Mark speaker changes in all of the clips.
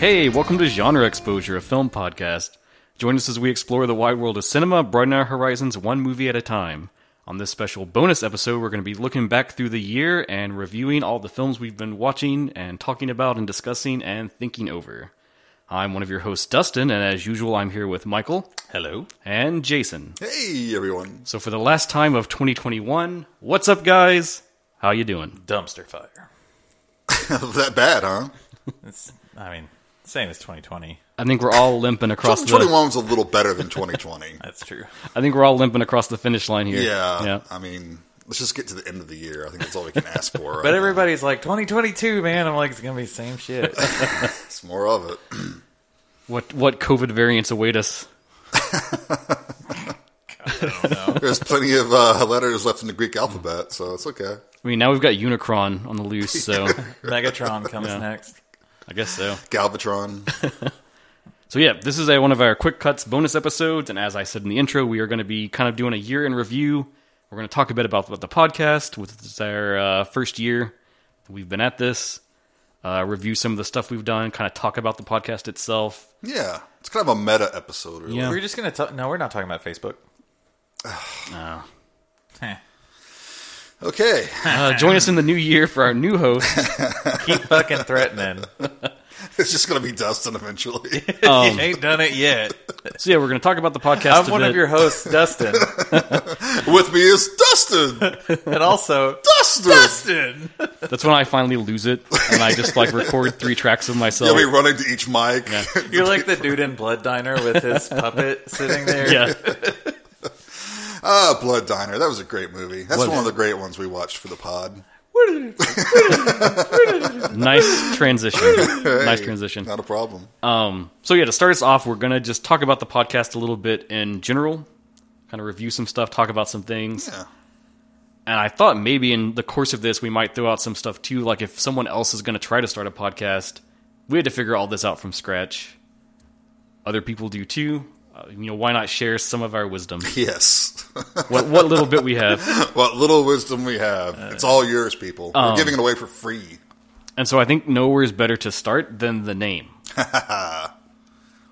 Speaker 1: Hey, welcome to Genre Exposure, a film podcast. Join us as we explore the wide world of cinema, broaden our horizons one movie at a time. On this special bonus episode, we're going to be looking back through the year and reviewing all the films we've been watching and talking about and discussing and thinking over. I'm one of your hosts, Dustin, and as usual, I'm here with Michael. Hello. And Jason.
Speaker 2: Hey everyone.
Speaker 1: So for the last time of 2021, what's up, guys? How you doing?
Speaker 3: dumpster fire.
Speaker 2: that bad, huh?
Speaker 3: It's, I mean, same as 2020.
Speaker 1: I think we're all limping across the.
Speaker 2: 2021 was a little better than 2020.
Speaker 3: That's true.
Speaker 1: I think we're all limping across the finish line here.
Speaker 2: yeah,
Speaker 1: Yeah.
Speaker 2: I mean, let's just get to the end of the year. I think that's all we can ask for.
Speaker 3: But everybody's like 2022, man. I'm like, it's gonna be the same shit.
Speaker 2: it's more of it.
Speaker 1: What what COVID variants await us?
Speaker 2: There's plenty of uh, letters left in the Greek alphabet, so it's okay.
Speaker 1: I mean, now we've got Unicron on the loose, so
Speaker 3: Megatron comes next.
Speaker 1: I guess so.
Speaker 2: Galvatron.
Speaker 1: So yeah, this is a, one of our quick cuts bonus episodes, and as I said in the intro, we are going to be kind of doing a year in review. We're going to talk a bit about, about the podcast, which is our uh, first year that we've been at this. Uh, review some of the stuff we've done, kind of talk about the podcast itself.
Speaker 2: Yeah, it's kind of a meta episode. Really.
Speaker 1: Yeah.
Speaker 3: We're just gonna talk. No, we're not talking about Facebook. Heh.
Speaker 2: Okay.
Speaker 1: Uh, join us in the new year for our new host.
Speaker 3: Keep fucking threatening.
Speaker 2: it's just gonna be Dustin eventually.
Speaker 3: you ain't done it yet.
Speaker 1: So yeah, we're going to talk about the podcast.
Speaker 3: I'm
Speaker 1: a
Speaker 3: one of
Speaker 1: bit.
Speaker 3: your hosts, Dustin,
Speaker 2: With me is Dustin.
Speaker 3: and also
Speaker 2: Dustin.
Speaker 3: Dustin.
Speaker 1: That's when I finally lose it, and I just like record three tracks of myself.
Speaker 2: You'll be running to each mic.
Speaker 3: You're like the dude in Blood Diner with his puppet sitting there.
Speaker 1: yeah.
Speaker 2: Ah, Blood Diner. That was a great movie. That's
Speaker 1: Was
Speaker 2: one
Speaker 1: it?
Speaker 2: of the great ones we watched for the pod.
Speaker 1: nice transition. nice transition. Um,
Speaker 2: Not a problem.
Speaker 1: Uh. So yeah, to start us off, we're gonna just talk about the podcast a little bit in general, kind of review some stuff, talk about some things.
Speaker 2: yeah.
Speaker 1: And I thought maybe in the course of this, we might throw out some stuff too, like if someone else is gonna try to start a podcast, we had to figure all this out from scratch. Other people do too. Uh, you know, why not share some of our wisdom?
Speaker 2: Yes.
Speaker 1: what what little bit we have.
Speaker 2: what little wisdom we have. it's all yours, people. We're giving it away for free.
Speaker 1: And so I think nowhere is better to start than the name.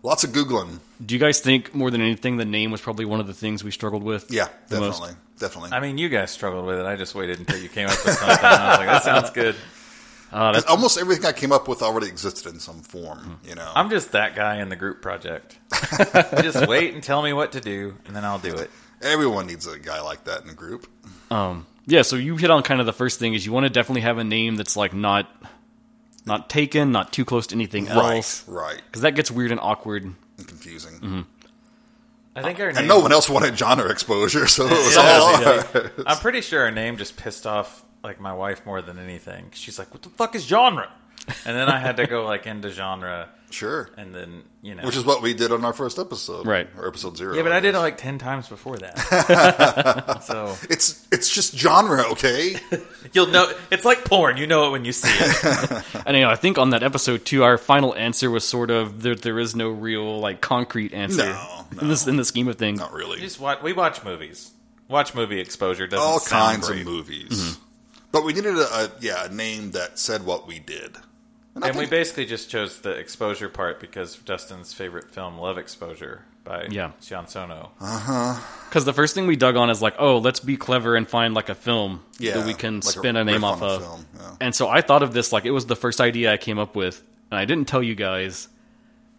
Speaker 2: Lots of Googling.
Speaker 1: Do you guys think more than anything the name was probably one of the things we struggled with?
Speaker 2: Yeah,
Speaker 1: the most?
Speaker 2: definitely. Definitely.
Speaker 3: I mean, you guys struggled with it. I just waited until you came up with something. I was like, that sounds good.
Speaker 2: 'Cause Almost everything I came up with already existed in some form, you know.
Speaker 3: I'm just that guy in the group project. just wait and tell me what to do, and then I'll do it.
Speaker 2: Everyone needs a guy like that in a group.
Speaker 1: Um, yeah, so you hit on kind of the first thing is you want to definitely have a name that's like not not taken, not too close to anything else,
Speaker 2: Right, right.
Speaker 1: because that gets weird and awkward.
Speaker 2: And confusing.
Speaker 3: I think our
Speaker 2: And
Speaker 3: name.
Speaker 2: no one else wanted genre exposure, so it was
Speaker 3: Yeah,
Speaker 2: all
Speaker 3: yeah. I'm pretty sure our name just pissed off like my wife more than anything. She's like, "What the fuck is genre?" And then I had to go like into genre,
Speaker 2: Sure.
Speaker 3: and then you know,
Speaker 2: Which is what we did on our first episode.
Speaker 1: Right.
Speaker 2: Or episode zero.
Speaker 3: yeah, but I did it
Speaker 2: guess.
Speaker 3: like ten times before that. so
Speaker 2: It's it's just genre, okay?
Speaker 3: you'll know it's like porn. You know it when you see it.
Speaker 1: And you know, I think on that episode too, our final answer was sort of there. There is no real like concrete answer
Speaker 2: No,
Speaker 1: in this in the scheme of things.
Speaker 2: Not really.
Speaker 3: We just watch, we watch movies. Watch movie exposure doesn't
Speaker 2: all
Speaker 3: sound
Speaker 2: kinds
Speaker 3: great.
Speaker 2: of movies. But we needed a, a yeah, a name that said what we did. I
Speaker 3: And we
Speaker 2: think-
Speaker 3: basically just chose the exposure part because Dustin's favorite film, Love Exposure, by
Speaker 1: Yeah.
Speaker 3: Sean Sono.
Speaker 1: Because the first thing we dug on is like, oh, let's be clever and find like a film that we can
Speaker 2: like
Speaker 1: spin a,
Speaker 2: riff
Speaker 1: name
Speaker 2: on
Speaker 1: off
Speaker 2: a
Speaker 1: of.
Speaker 2: film, yeah.
Speaker 1: And so I thought of this like it was the first idea I came up with, and I didn't tell you guys.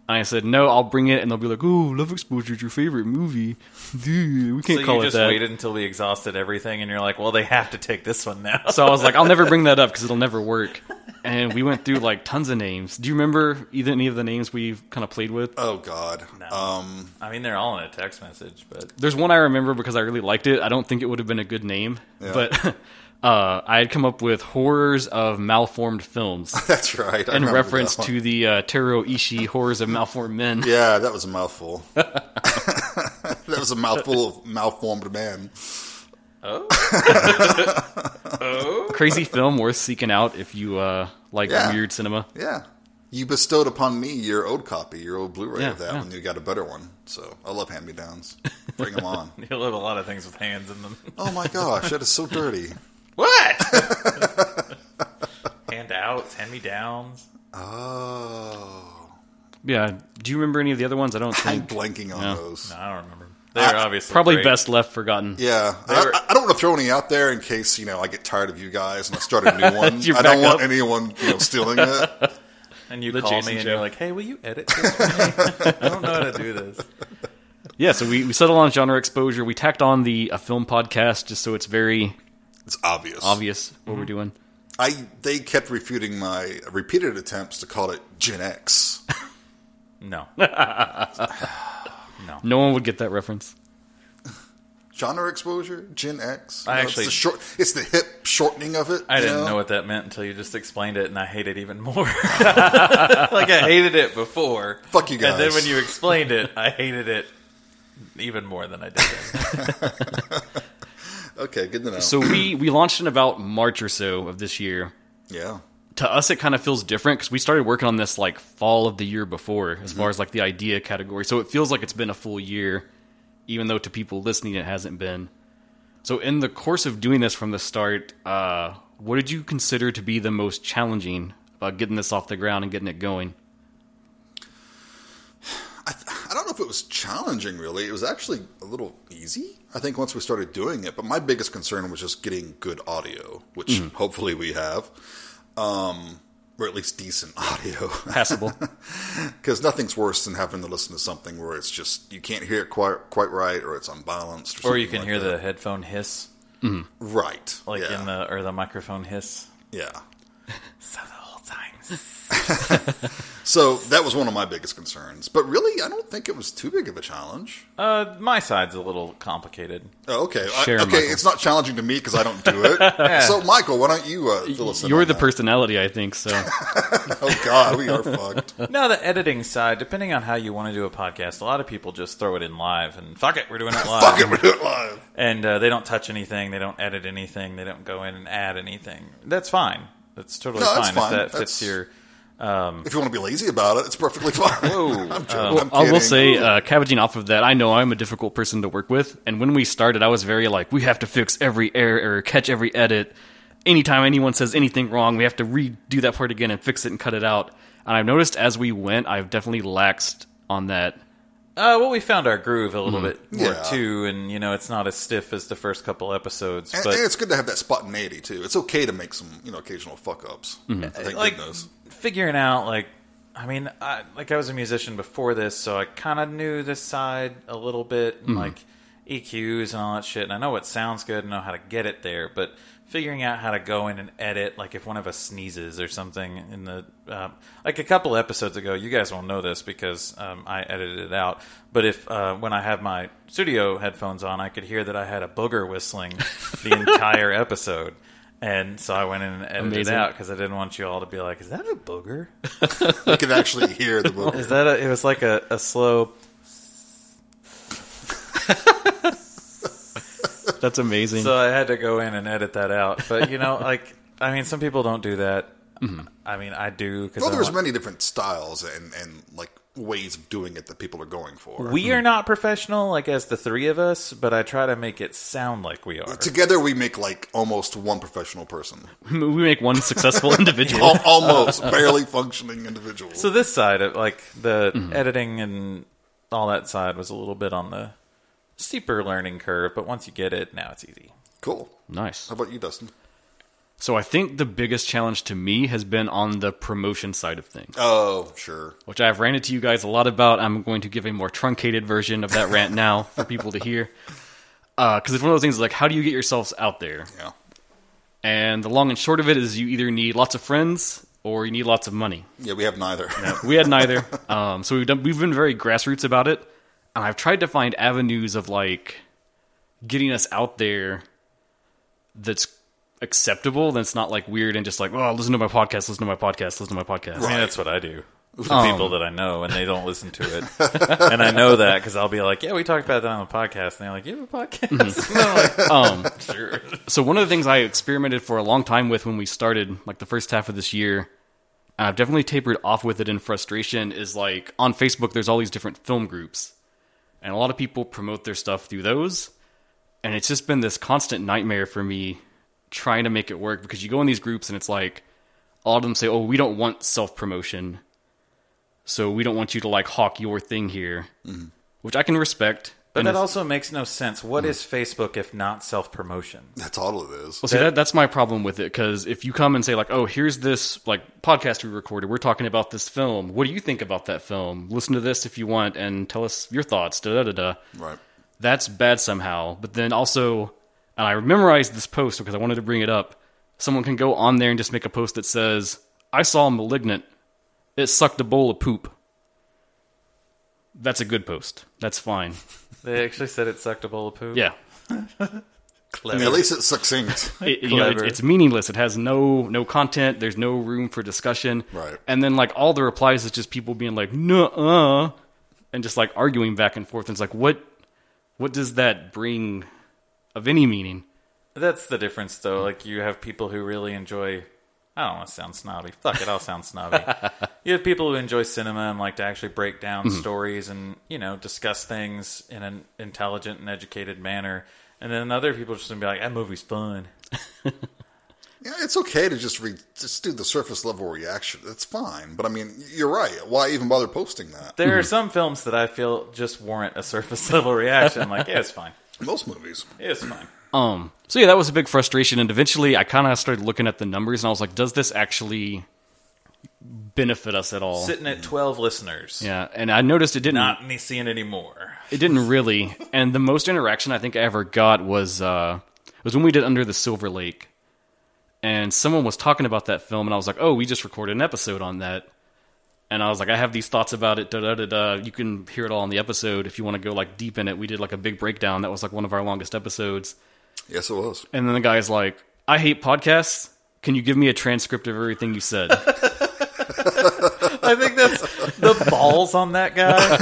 Speaker 1: And I said, no, I'll bring it, and they'll be like, oh, Love Exposure's your favorite movie. Dude, we can't
Speaker 3: So you
Speaker 1: call it
Speaker 3: just
Speaker 1: that.
Speaker 3: waited until we exhausted everything, and you're like, well, they have to take this one now.
Speaker 1: So I was like, I'll never bring that up because it'll never work. And we went through like tons of names. Do you remember either any of the names we've kind of played with?
Speaker 2: Oh God. Um,
Speaker 3: I mean, they're all in a text message, but
Speaker 1: There's one I remember because I really liked it. I don't think it would have been a good name, but uh, I had come up with horrors of malformed films.
Speaker 2: that's right. I
Speaker 1: in
Speaker 2: remember
Speaker 1: reference
Speaker 2: that one.
Speaker 1: to the uh, Taro Ishii horrors of malformed men.
Speaker 2: Yeah, that was a mouthful. that was a mouthful of malformed man.
Speaker 1: Crazy film worth seeking out if you uh, like
Speaker 2: Yeah.
Speaker 1: weird cinema.
Speaker 2: Yeah. You bestowed upon me your old copy, your old Blu-ray
Speaker 1: Yeah,
Speaker 2: of that
Speaker 1: yeah.
Speaker 2: when you got a better one. So I love hand-me-downs. Bring them on.
Speaker 3: you love a lot of things with hands in them.
Speaker 2: Oh my gosh, that is so dirty.
Speaker 3: What? Handouts, hand me downs.
Speaker 2: Oh,
Speaker 1: yeah. Do you remember any of the other ones? I don't
Speaker 2: I'm
Speaker 1: think.
Speaker 2: blanking on
Speaker 1: No.
Speaker 2: those.
Speaker 3: No, I don't remember. They're
Speaker 2: I-
Speaker 3: obviously
Speaker 1: Probably
Speaker 3: great.
Speaker 1: best left forgotten.
Speaker 2: Yeah, I,
Speaker 3: were-
Speaker 2: I- I don't want to throw any out there in case you know I get tired of you guys and I start a new one.
Speaker 1: You're
Speaker 2: I don't
Speaker 1: back
Speaker 2: want
Speaker 1: up.
Speaker 2: anyone you know stealing it.
Speaker 3: And you
Speaker 1: The
Speaker 3: call
Speaker 1: Jason
Speaker 3: me and
Speaker 1: Joe.
Speaker 3: you're like, "Hey, will you edit this for me? I don't know how to do this."
Speaker 1: Yeah, so we, we settled on genre exposure. We tacked on the a film podcast just so it's very
Speaker 2: It's obvious.
Speaker 1: obvious what
Speaker 2: Mm-hmm.
Speaker 1: we're doing.
Speaker 2: I they kept refuting my repeated attempts to call it Gen X.
Speaker 3: No,
Speaker 1: No one would get that reference.
Speaker 2: Genre exposure, Gen X.
Speaker 3: I
Speaker 2: You know,
Speaker 3: actually-
Speaker 2: it's the, short, it's the hip shortening of it.
Speaker 3: I
Speaker 2: you
Speaker 3: didn't know? what that meant until you just explained it, and I hate it even more. like I hated it before.
Speaker 2: Fuck you
Speaker 3: And then
Speaker 2: guys.
Speaker 3: when you explained it, I hated it even more than I did. Then.
Speaker 2: Okay, good to know.
Speaker 1: So we we launched in about March or so of this year.
Speaker 2: yeah,
Speaker 1: To us, it kind of feels different because we started working on this like fall of the year before, as far as like the idea category. So it feels like it's been a full year, even though to people listening it hasn't been. So in the course of doing this from the start, uh, what did you consider to be the most challenging about getting this off the ground and getting it going?
Speaker 2: I don't know if it was challenging really. It was actually a little easy. I think once we started doing it, but my biggest concern was just getting good audio, which
Speaker 3: Mm-hmm.
Speaker 2: hopefully we have, um, or at least decent audio.
Speaker 1: Passable.
Speaker 2: because nothing's worse than having to listen to something where it's just you can't hear it quite quite right, or it's unbalanced,
Speaker 3: Or you can
Speaker 2: something like
Speaker 3: hear
Speaker 2: that.
Speaker 3: the headphone hiss,
Speaker 2: right,
Speaker 3: like
Speaker 2: yeah,
Speaker 3: in the or the microphone hiss.
Speaker 2: yeah.
Speaker 3: So the whole time.
Speaker 2: So that was one of my biggest concerns, but really, I don't think it was too big of a challenge.
Speaker 3: Uh, my side's a little complicated.
Speaker 2: Oh, okay, I-
Speaker 1: Share,
Speaker 2: okay,
Speaker 1: Michael.
Speaker 2: it's not challenging to me because I don't do it. So, Michael, why don't you uh, fill us in?
Speaker 1: You're
Speaker 2: on
Speaker 1: the
Speaker 2: that?
Speaker 1: personality, I think. So
Speaker 2: Oh God, we are fucked.
Speaker 3: No, the editing side, depending on how you want to do a podcast, a lot of people just throw it in live and fuck it, we're doing it live.
Speaker 2: Fuck
Speaker 1: Um,
Speaker 2: it, we're doing it live.
Speaker 3: and uh, they don't touch anything, they don't edit anything, they don't go in and add anything. That's fine. That's totally
Speaker 2: No,
Speaker 3: fine,
Speaker 2: that's fine.
Speaker 3: if that fits
Speaker 2: That's-
Speaker 3: your.
Speaker 2: If you want to be lazy about it, it's perfectly fine. I'm joking. I'm
Speaker 1: I will
Speaker 2: kidding.
Speaker 1: say, uh, cabbaging off of that, I know I'm a difficult person to work with. And when we started, I was very like, we have to fix every error, catch every edit. Anytime anyone says anything wrong, we have to redo that part again and fix it and cut it out. And I've noticed as we went, I've definitely laxed on that.
Speaker 3: Uh, well, we found our groove a little bit more
Speaker 2: Yeah.
Speaker 3: too, and you know it's not as stiff as the first couple episodes,
Speaker 2: And,
Speaker 3: but
Speaker 2: and it's good to have that spontaneity too. It's okay to make some, you know, occasional fuck ups.
Speaker 1: Mm-hmm.
Speaker 2: Thank
Speaker 3: like
Speaker 2: goodness.
Speaker 3: figuring out like I mean, I, like I was a musician before this, so I kind of knew this side a little bit,
Speaker 2: Mm-hmm.
Speaker 3: and like EQs and all that shit. And I know what sounds good, and know how to get it there, but figuring out how to go in and edit, like if one of us sneezes or something in the um, like a couple episodes ago, you guys won't know this because um, I edited it out. But if uh, when I had my studio headphones on, I could hear that I had a booger whistling the entire episode. And so I went in and edited
Speaker 1: Amazing.
Speaker 3: it out because I didn't want you all to be like, "Is that a booger?"
Speaker 2: You can actually hear the book.
Speaker 3: Is that a, it was like a, a slow
Speaker 1: That's amazing.
Speaker 3: so I had to go in and edit that out. But you know, like I mean some people don't do that. I mean I do cuz
Speaker 2: Well, there's many different styles and and like ways of doing it that people are going for.
Speaker 3: we are not professional like as the three of us, but I try to make it sound like we are.
Speaker 2: Together, we make like almost one professional person,
Speaker 1: we make one successful individual.
Speaker 2: Al- almost barely functioning individual.
Speaker 3: So this side of like the editing and all that side was a little bit on the steeper learning curve, but once you get it, now it's easy.
Speaker 2: cool.
Speaker 1: Nice.
Speaker 2: How about you, Dustin?
Speaker 1: So I think the biggest challenge to me has been on the promotion side of things.
Speaker 2: Oh, sure.
Speaker 1: which I've ranted to you guys a lot about. I'm going to give a more truncated version of that rant now for people to hear. Because it's one of those things like, how do you get yourselves out there?
Speaker 2: Yeah.
Speaker 1: And the long and short of it is you either need lots of friends or you need lots of money.
Speaker 2: Yeah, we have neither.
Speaker 1: We had neither. um, so we've, done, we've been very grassroots about it. And I've tried to find avenues of like getting us out there that's acceptable, that's not like weird and just like, oh, listen to my podcast, listen to my podcast, listen to my podcast.
Speaker 3: I mean, that's what I do with the people that I know, and they don't listen to it. and I know that because I'll be like, "Yeah, we talked about that on the podcast," and they're like, "You have a podcast?" And I'm like, sure.
Speaker 1: so one of the things I experimented for a long time with when we started, like the first half of this year, and I've definitely tapered off with it in frustration, is like on Facebook, there's all these different film groups. And a lot of people promote their stuff through those. And it's just been this constant nightmare for me trying to make it work because you go in these groups and it's like, all of them say, oh, we don't want self promotion. So we don't want you to like hawk your thing here, which I can respect.
Speaker 3: Mm-hmm. But
Speaker 1: And
Speaker 3: that
Speaker 1: it's-
Speaker 3: also makes no sense. What is Facebook if not self promotion?
Speaker 2: That's all it is.
Speaker 1: Well, see, that, that's my problem with it because if you come and say like, "Oh, here's this like podcast we recorded. We're talking about this film. What do you think about that film? Listen to this if you want and tell us your thoughts." Da da da da.
Speaker 2: Right.
Speaker 1: That's bad somehow. But then also, and I memorized this post because I wanted to bring it up. Someone can go on there and just make a post that says, "I saw *Malignant*. It sucked a bowl of poop." That's a good post. That's fine.
Speaker 3: They actually said it sucked a bowl of poop.
Speaker 1: Yeah.
Speaker 2: I
Speaker 3: Clever.
Speaker 2: mean, at least it's succinct.
Speaker 1: it, you know, it,
Speaker 3: Clever.
Speaker 1: it's meaningless. It has no no content. There's no room for discussion.
Speaker 2: Right.
Speaker 1: And then like all the replies is just people being like, "Nuh-uh," and just like arguing back and forth. And it's like, what what does that bring of any meaning?
Speaker 3: That's the difference, though. Like you have people who really enjoy. I don't want to sound snobby. Fuck it, I'll sound snobby. you have people who enjoy cinema and like to actually break down stories and you know discuss things in an intelligent and educated manner. And then other people just gonna be like, "That movie's fun."
Speaker 2: yeah, it's okay to just read, just do the surface level reaction. That's fine. But I mean, you're right. Why even bother posting that?
Speaker 3: There are some films that I feel just warrant a surface level reaction. I'm like, "Yeah, it's fine.
Speaker 2: Most movies.
Speaker 3: It's fine."
Speaker 1: Um. So yeah, that was a big frustration. And eventually, I kind of started looking at the numbers, and I was like, does this actually benefit us at all?
Speaker 3: Sitting at twelve listeners,
Speaker 1: yeah. And I noticed it didn't.
Speaker 3: not me seeing anymore.
Speaker 1: It didn't really. And the most interaction I think I ever got was uh, was when we did Under the Silver Lake, and someone was talking about that film, and I was like, "Oh, we just recorded an episode on that," and I was like, "I have these thoughts about it." Da da da da. You can hear it all on the episode if you want to go like deep in it. We did like a big breakdown that was like one of our longest episodes,
Speaker 2: Yes, it was.
Speaker 1: and then the guy's like, "I hate podcasts. Can you give me a transcript of everything you said?"
Speaker 3: I think that's the balls on that guy.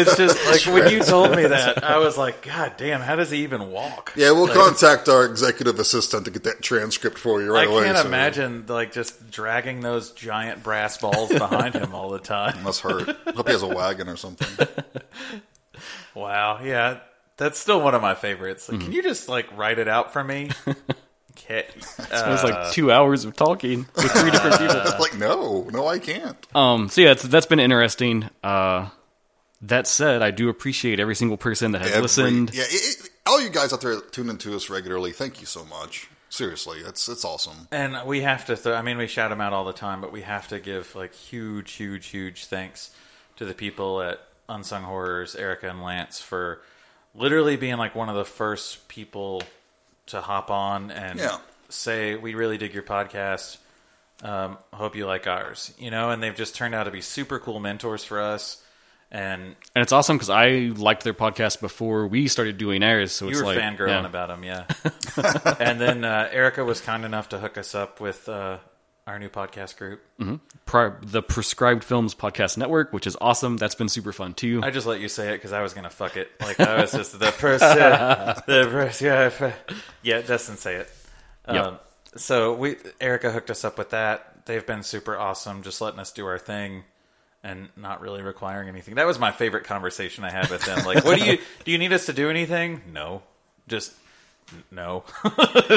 Speaker 3: It's just like when you told me that, I was like, God damn, how does he even walk?
Speaker 2: Yeah, we'll contact our executive assistant to get that transcript for you
Speaker 3: I
Speaker 2: right away.
Speaker 3: can't
Speaker 2: so-
Speaker 3: imagine like just dragging those giant brass balls behind him all the time.
Speaker 2: Must hurt. Hope he has a wagon or something.
Speaker 3: Wow, yeah, that's still one of my favorites. Like, Can you just like write it out for me? Okay.
Speaker 1: it was like two hours of talking with three different people.
Speaker 2: like, no, no, I can't.
Speaker 1: Um, so yeah, it's, that's been interesting. Uh, that said, I do appreciate every single person that has
Speaker 2: Every-
Speaker 1: listened.
Speaker 2: Yeah, it, it- all you guys out there that tune into us regularly, thank you so much. Seriously, it's it's awesome.
Speaker 3: And we have to. Th- I mean, we shout them out all the time, but we have to give like huge, huge, huge thanks to the people at Unsung Horrors, Erica and Lance, for literally being like one of the first people to hop on and
Speaker 2: Yeah.
Speaker 3: say, "We really dig your podcast. Um, hope you like ours." You know, and they've just turned out to be super cool mentors for us. And
Speaker 1: And it's awesome because I liked their podcast before we started doing ours. So
Speaker 3: you
Speaker 1: it's
Speaker 3: were
Speaker 1: like,
Speaker 3: fangirling
Speaker 1: yeah.
Speaker 3: about him, yeah. and then uh, Erica was kind enough to hook us up with uh, our new podcast group.
Speaker 1: Pri- the Prescribed Films Podcast Network, which is awesome. That's been super fun too.
Speaker 3: I just let you say it because I was gonna fuck it. Like I was just the person, the person. Yeah, fr- yeah. Justin, say it. Um,
Speaker 1: Yep.
Speaker 3: So we Erica hooked us up with that. They've been super awesome, just letting us do our thing and not really requiring anything. That was my favorite conversation I had with them. Like, what do you do? You need us to do anything? No, just n- no.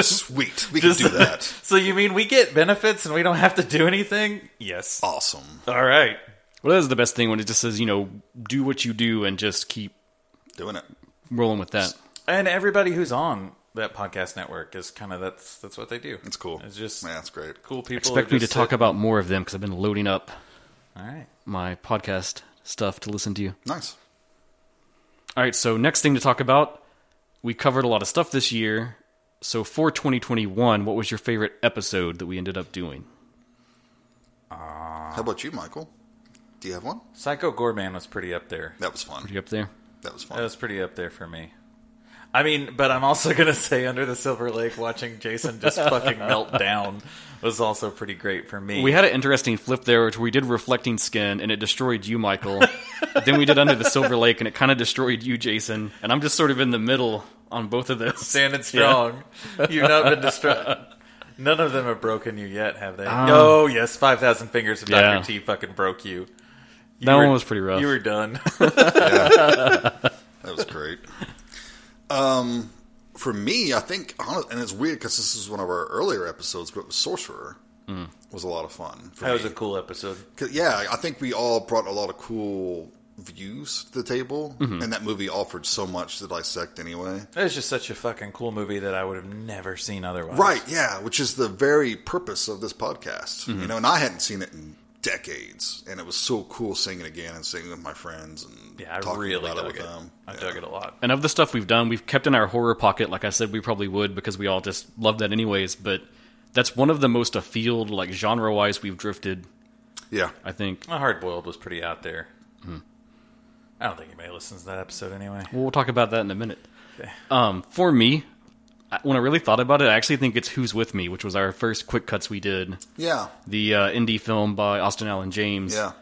Speaker 2: Sweet, we can do that.
Speaker 3: so you mean we get benefits and we don't have to do anything? Yes.
Speaker 2: Awesome,
Speaker 3: All right.
Speaker 1: well, that is the best thing when it just says, you know, do what you do and just keep
Speaker 2: doing it.
Speaker 1: rolling with that.
Speaker 3: And everybody who's on that podcast network is kind of that's that's what they do.
Speaker 2: It's cool.
Speaker 3: It's just
Speaker 2: yeah, it's great.
Speaker 3: cool people.
Speaker 1: Expect
Speaker 3: who
Speaker 1: me to
Speaker 3: just
Speaker 1: talk
Speaker 3: sit-
Speaker 1: about more of them because I've been loading up
Speaker 3: All right.
Speaker 1: my podcast stuff to listen to.
Speaker 2: Nice.
Speaker 1: All right, so next thing to talk about, we covered a lot of stuff this year. So for 2021, what was your favorite episode that we ended up doing?
Speaker 2: How about you, Michael? Do you have one?
Speaker 3: Psycho Gorman was pretty up there.
Speaker 2: That was fun.
Speaker 1: You up there?
Speaker 2: That was
Speaker 3: That
Speaker 2: fun.
Speaker 3: was pretty up there for me. I mean, but I'm also gonna say Under the Silver Lake, watching Jason just fucking melt down was also pretty great for me.
Speaker 1: We had an interesting flip there, which we did Reflecting Skin, and it destroyed you, Michael. then we did Under the Silver Lake, and it kind of destroyed you, Jason. And I'm just sort of in the middle on both of those.
Speaker 3: standing strong. You've not been destroyed. None of them have broken you yet, have they? oh yes, five thousand fingers of
Speaker 1: Um, Yeah.
Speaker 3: Doctor T fucking broke you. You
Speaker 1: That
Speaker 3: were-
Speaker 1: one was pretty rough.
Speaker 3: You were done.
Speaker 2: That was great. Um, for me, I think, hon- and it's weird because this is one of our earlier episodes, but it was Sorcerer. was a lot of fun. For
Speaker 3: That was
Speaker 2: me.
Speaker 3: a cool episode.
Speaker 2: 'Cause, yeah, I think we all brought a lot of cool views to the table, and that movie offered so much to dissect anyway.
Speaker 3: It was just such a fucking cool movie that I would have never seen otherwise.
Speaker 2: Right, yeah, which is the very purpose of this podcast.
Speaker 3: Mm-hmm.
Speaker 2: You know, and I hadn't seen it in decades, and it was so cool seeing it again and seeing it with my friends and
Speaker 3: Yeah, I
Speaker 2: talking
Speaker 3: really
Speaker 2: about it
Speaker 3: dug
Speaker 2: with
Speaker 3: it.
Speaker 2: them.
Speaker 3: I
Speaker 2: Yeah.
Speaker 3: dug it a lot.
Speaker 1: And of the stuff we've done, we've kept in our horror pocket, like I said, we probably would because we all just love that anyways. But that's one of the most afield, like genre wise, we've drifted.
Speaker 2: Yeah,
Speaker 1: I think
Speaker 3: My hard boiled was pretty out there. I don't think anybody listens to that episode anyway.
Speaker 1: Well, we'll talk about that in a minute. Um, for me, I- when I really thought about it, I actually think it's "Who's with Me," which was our first quick cuts we did,
Speaker 2: yeah,
Speaker 1: the uh, indie film by Austin Allen James.
Speaker 2: yeah.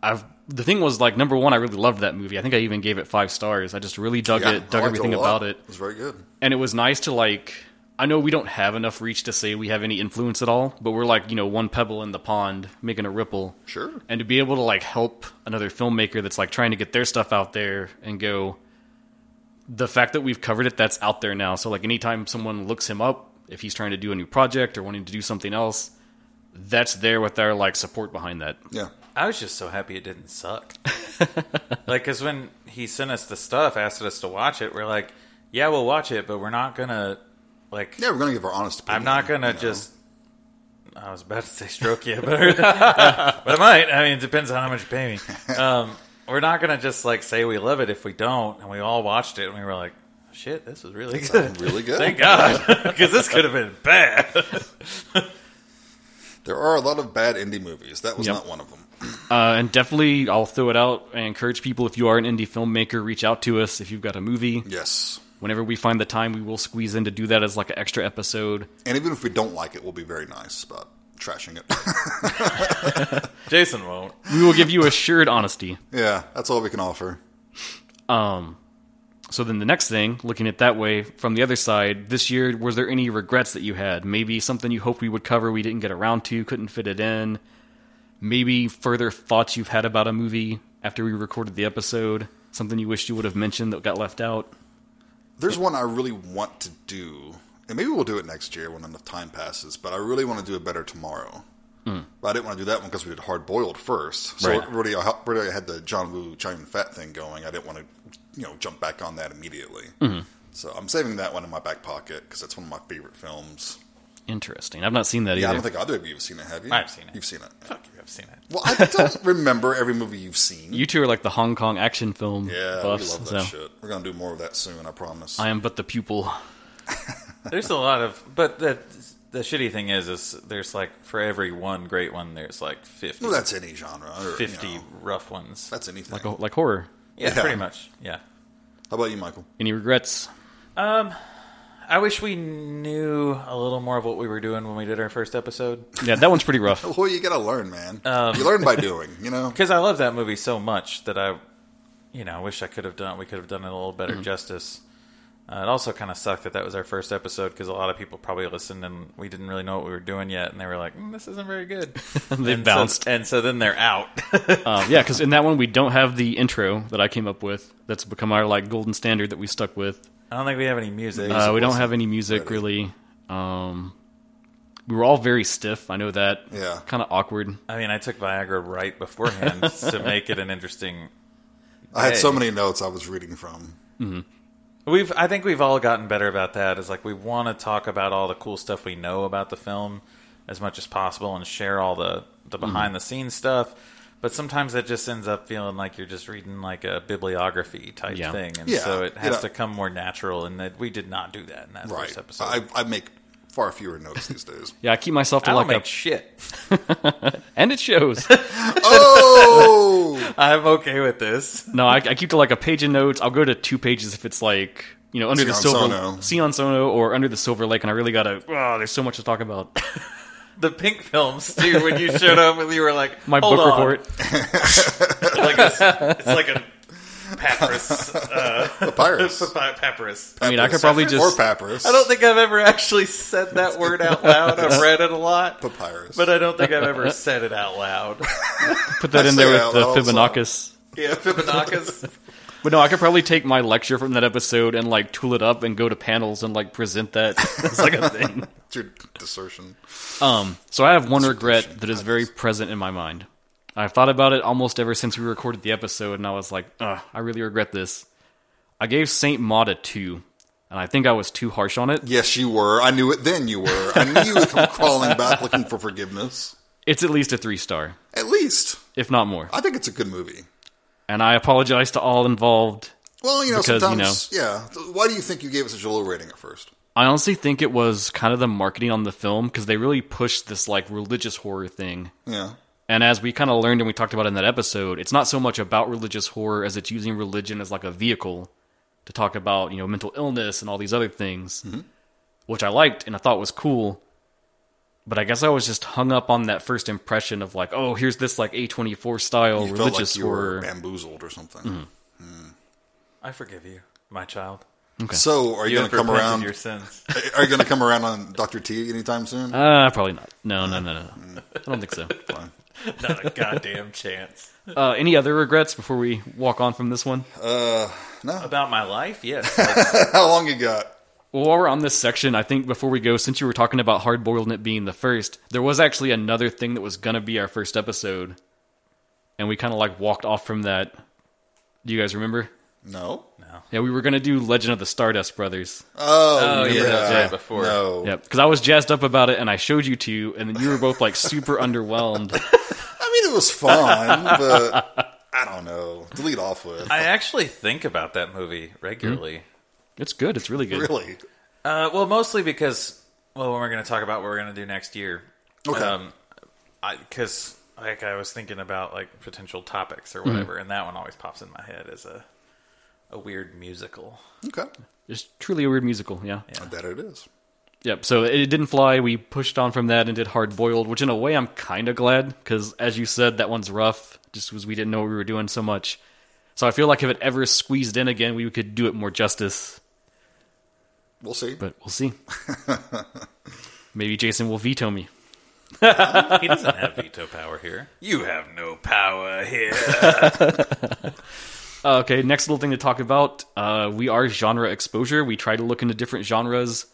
Speaker 1: I've the thing was like number one, I really loved that movie. I think I even gave it five stars. I just really dug
Speaker 2: yeah. I
Speaker 1: it, dug
Speaker 2: liked
Speaker 1: everything
Speaker 2: a lot.
Speaker 1: about it,
Speaker 2: It was very good.
Speaker 1: and it was nice to like. I know we don't have enough reach to say we have any influence at all, but we're like you know one pebble in the pond making a ripple
Speaker 2: Sure.
Speaker 1: and to be able to like help another filmmaker that's like trying to get their stuff out there and go the fact that we've covered it that's out there now so like anytime someone looks him up if he's trying to do a new project or wanting to do something else that's there with our like support behind that
Speaker 2: Yeah.
Speaker 3: I was just so happy it didn't suck. like, because when he sent us the stuff, asked us to watch it, we're like, yeah, we'll watch it, but we're not going to, like,
Speaker 2: Yeah, we're going to give our honest opinion.
Speaker 3: I'm not going to
Speaker 2: you know.
Speaker 3: just. I was about to say stroke you, but, uh, but I might. I mean, it depends on how much you pay me. Um, we're not going to just, like, say we love it if we don't. And we all watched it and we were like, shit, this was really good.
Speaker 2: Really good.
Speaker 3: Thank God. Because this could have been bad.
Speaker 2: There are a lot of bad indie movies. That was
Speaker 1: Yep.
Speaker 2: not one of them.
Speaker 1: uh, and definitely i'll throw it out and encourage people if you are an indie filmmaker reach out to us if you've got a movie
Speaker 2: Yes.
Speaker 1: whenever we find the time we will squeeze in to do that as like an extra episode
Speaker 2: And even if we don't like it, we'll be very nice about trashing it.
Speaker 3: Jason won't.
Speaker 1: we will give you assured honesty
Speaker 2: yeah, that's all we can offer.
Speaker 1: So then the next thing, looking at that way from the other side, this year was there any regrets that you had? Maybe something you hoped we would cover we didn't get around to, couldn't fit it in. Maybe further thoughts you've had about a movie after we recorded the episode, something you wished you would have mentioned that got left out.
Speaker 2: There's one I really want to do, and maybe we'll do it next year when enough time passes. But I really want to do a better tomorrow. But I didn't want to do that one because we did hard boiled first. So
Speaker 1: Right.
Speaker 2: it really, I really had the John Woo China Fat thing going. I didn't want to, you know, jump back on that immediately. So I'm saving that one in my back pocket because that's one of my favorite films.
Speaker 1: Interesting. I've not seen that
Speaker 2: Yeah, I
Speaker 1: either.
Speaker 2: don't think either of you have seen it, have you?
Speaker 3: I've seen it.
Speaker 2: You've seen it.
Speaker 3: Fuck you, I've seen it.
Speaker 2: Well, I don't remember every movie you've seen.
Speaker 1: you two are like the Hong Kong action film
Speaker 2: yeah,
Speaker 1: buffs.
Speaker 2: we love
Speaker 1: so
Speaker 2: that shit. We're gonna do more of that soon, I promise.
Speaker 1: I am but the pupil.
Speaker 3: There's a lot of, but the the shitty thing is, is there's like for every one great one, there's like 50,
Speaker 2: well, that's any genre. Or,
Speaker 3: 50
Speaker 2: You know,
Speaker 3: rough ones.
Speaker 2: that's anything.
Speaker 1: Go- Like horror.
Speaker 3: yeah,
Speaker 2: yeah.
Speaker 3: pretty much. Yeah.
Speaker 2: How about you, Michael?
Speaker 1: Any regrets?
Speaker 3: I wish we knew a little more of what we were doing when we did our first episode
Speaker 1: Yeah, that one's pretty rough.
Speaker 2: Well, you gotta learn, man.
Speaker 1: Um,
Speaker 2: you learn by doing, you know.
Speaker 3: because I love that movie so much that I, you know, wish I could have done. We could have done it a little
Speaker 2: Mm-hmm.
Speaker 3: better justice. Uh, it also kind of sucked that that was our first episode because a lot of people probably listened and we didn't really know what we were doing yet, and they were like, mm, "This isn't very good."
Speaker 1: They
Speaker 3: and
Speaker 1: bounced.
Speaker 3: so, and so then they're out.
Speaker 1: Um, yeah, because in that one we don't have the intro that I came up with. That's become our like golden standard that we stuck with.
Speaker 3: I don't think we have any music.
Speaker 1: Uh, we don't
Speaker 2: wasn't
Speaker 1: have any music really. Um, we were all very stiff. I know that.
Speaker 2: Yeah.
Speaker 1: Kind of awkward.
Speaker 3: I mean, I took Viagra right beforehand to make it an interesting.
Speaker 2: I had so
Speaker 3: Hey.
Speaker 2: many notes I was reading from.
Speaker 3: We've, I think we've all gotten better about that. Is like we want to talk about all the cool stuff we know about the film as much as possible and share all the the
Speaker 1: Mm-hmm.
Speaker 3: behind the scenes stuff. But sometimes that just ends up feeling like you're just reading like a bibliography type
Speaker 1: Yeah.
Speaker 3: thing, and
Speaker 2: Yeah,
Speaker 3: so it
Speaker 2: you
Speaker 3: has
Speaker 2: know.
Speaker 3: to come more natural. And that we did not do that in that
Speaker 2: Right.
Speaker 3: first episode.
Speaker 2: I, I make far fewer notes these days.
Speaker 1: Yeah, I keep myself to
Speaker 3: I don't
Speaker 1: like
Speaker 3: make
Speaker 1: a,
Speaker 3: shit.
Speaker 1: and it shows.
Speaker 2: oh,
Speaker 3: I'm okay with this.
Speaker 1: no, I, I keep to like a page of notes. I'll go to two pages if it's like you know under the
Speaker 2: Sion
Speaker 1: silver
Speaker 2: Sono.
Speaker 1: Sion Sono or under the silver lake, and I really gotta. Oh, there's so much to talk about.
Speaker 3: The pink films too. When you showed up, and you were like,
Speaker 1: My
Speaker 3: "Hold
Speaker 1: book
Speaker 3: on."
Speaker 1: report.
Speaker 3: like a, it's like a papyrus. Uh,
Speaker 2: papyrus.
Speaker 3: papyrus.
Speaker 1: I mean, I could probably
Speaker 2: or
Speaker 1: just.
Speaker 2: papyrus.
Speaker 3: I don't think I've ever actually said that word out loud. I've read it a lot,
Speaker 2: papyrus.
Speaker 1: uh,
Speaker 3: but I don't think I've ever said it out loud.
Speaker 1: put that in
Speaker 2: I
Speaker 1: there
Speaker 2: say
Speaker 1: with
Speaker 2: out
Speaker 1: the
Speaker 2: loud,
Speaker 1: Fibonacci.
Speaker 2: so-
Speaker 3: Yeah, Fibonacci's.
Speaker 1: But no, I could probably take my lecture from that episode and like tool it up and go to panels and like present that as like a thing.
Speaker 2: It's your desertion.
Speaker 1: Um, so I have one regret that is very present in my mind. I've thought about it almost ever since we recorded the episode, and I was like, Ugh, I really regret this. I gave Saint Maud a two, and I think I was too harsh on it.
Speaker 2: Yes, you were. I knew it then you were. I knew you from crawling back looking for forgiveness.
Speaker 1: It's at least a three star,
Speaker 2: At least.
Speaker 1: if not more.
Speaker 2: I think it's a good movie.
Speaker 1: And I apologize to all involved.
Speaker 2: Well, you know,
Speaker 1: Because, you
Speaker 2: sometimes. Yeah. Why do you think you gave it such a low rating at first?
Speaker 1: I honestly think it was kind of the marketing on the film because they really pushed this like religious horror thing.
Speaker 2: Yeah.
Speaker 1: And as we kind of learned and we talked about in that episode, it's not so much about religious horror as it's using religion as like a vehicle to talk about, you know, mental illness and all these other things,
Speaker 2: Mm-hmm.
Speaker 1: which I liked and I thought was cool. But I guess I was just hung up on that first impression of like, oh, here's this like A24 style
Speaker 2: You felt
Speaker 1: religious
Speaker 2: like you were
Speaker 1: horror. Mm-hmm.
Speaker 2: bamboozled or something.
Speaker 3: I forgive you, my child.
Speaker 2: So, are
Speaker 3: You
Speaker 2: you,
Speaker 3: have
Speaker 2: going to come
Speaker 3: repented
Speaker 2: around?
Speaker 3: your sins.
Speaker 2: Are you going to come around on Doctor T anytime soon?
Speaker 1: Uh, probably not. No, no, no, no.
Speaker 2: mm.
Speaker 1: no. I don't think so.
Speaker 2: Fine.
Speaker 3: Not a goddamn chance.
Speaker 1: Uh, any other regrets before we walk on from this one?
Speaker 3: About my life, yes.
Speaker 2: How long you got?
Speaker 1: Well, while we're on this section, I think before we go, since you were talking about hard boiled and it being the first, there was actually another thing that was gonna be our first episode, and we kind of like walked off from that. Do you guys remember?
Speaker 2: No.
Speaker 1: Yeah, we were gonna do Legend of the Stardust Brothers.
Speaker 2: Oh,
Speaker 3: Oh, yeah, that was
Speaker 2: yeah.
Speaker 3: right before.
Speaker 2: No.
Speaker 1: Yep, because I was jazzed up about it, and I showed you two, and then you were both like super underwhelmed.
Speaker 2: I mean, it was fun, but I don't know. To lead off with,
Speaker 3: I actually think about that movie regularly.
Speaker 1: It's good. It's really good.
Speaker 2: really.
Speaker 3: Uh, well, mostly because well, when we're going to talk about what we're going to do next year.
Speaker 2: Okay.
Speaker 3: because like I was thinking about like potential topics or whatever, and that one always pops in my head as a a weird musical.
Speaker 2: Okay.
Speaker 1: It's truly a weird musical. Yeah.
Speaker 2: That it is.
Speaker 1: Yep. So it didn't fly. We pushed on from that and did hard boiled, which in a way I'm kind of glad because, as you said, that one's rough. Just because we didn't know what we were doing so much. So I feel like if it ever squeezed in again, we could do it more justice.
Speaker 2: We'll see.
Speaker 1: But we'll see. Maybe Jason will veto me.
Speaker 3: He doesn't have veto power here. You have no power here.
Speaker 1: Uh, okay. Next little thing to talk about. Uh, we are genre exposure. We try to look into different genres.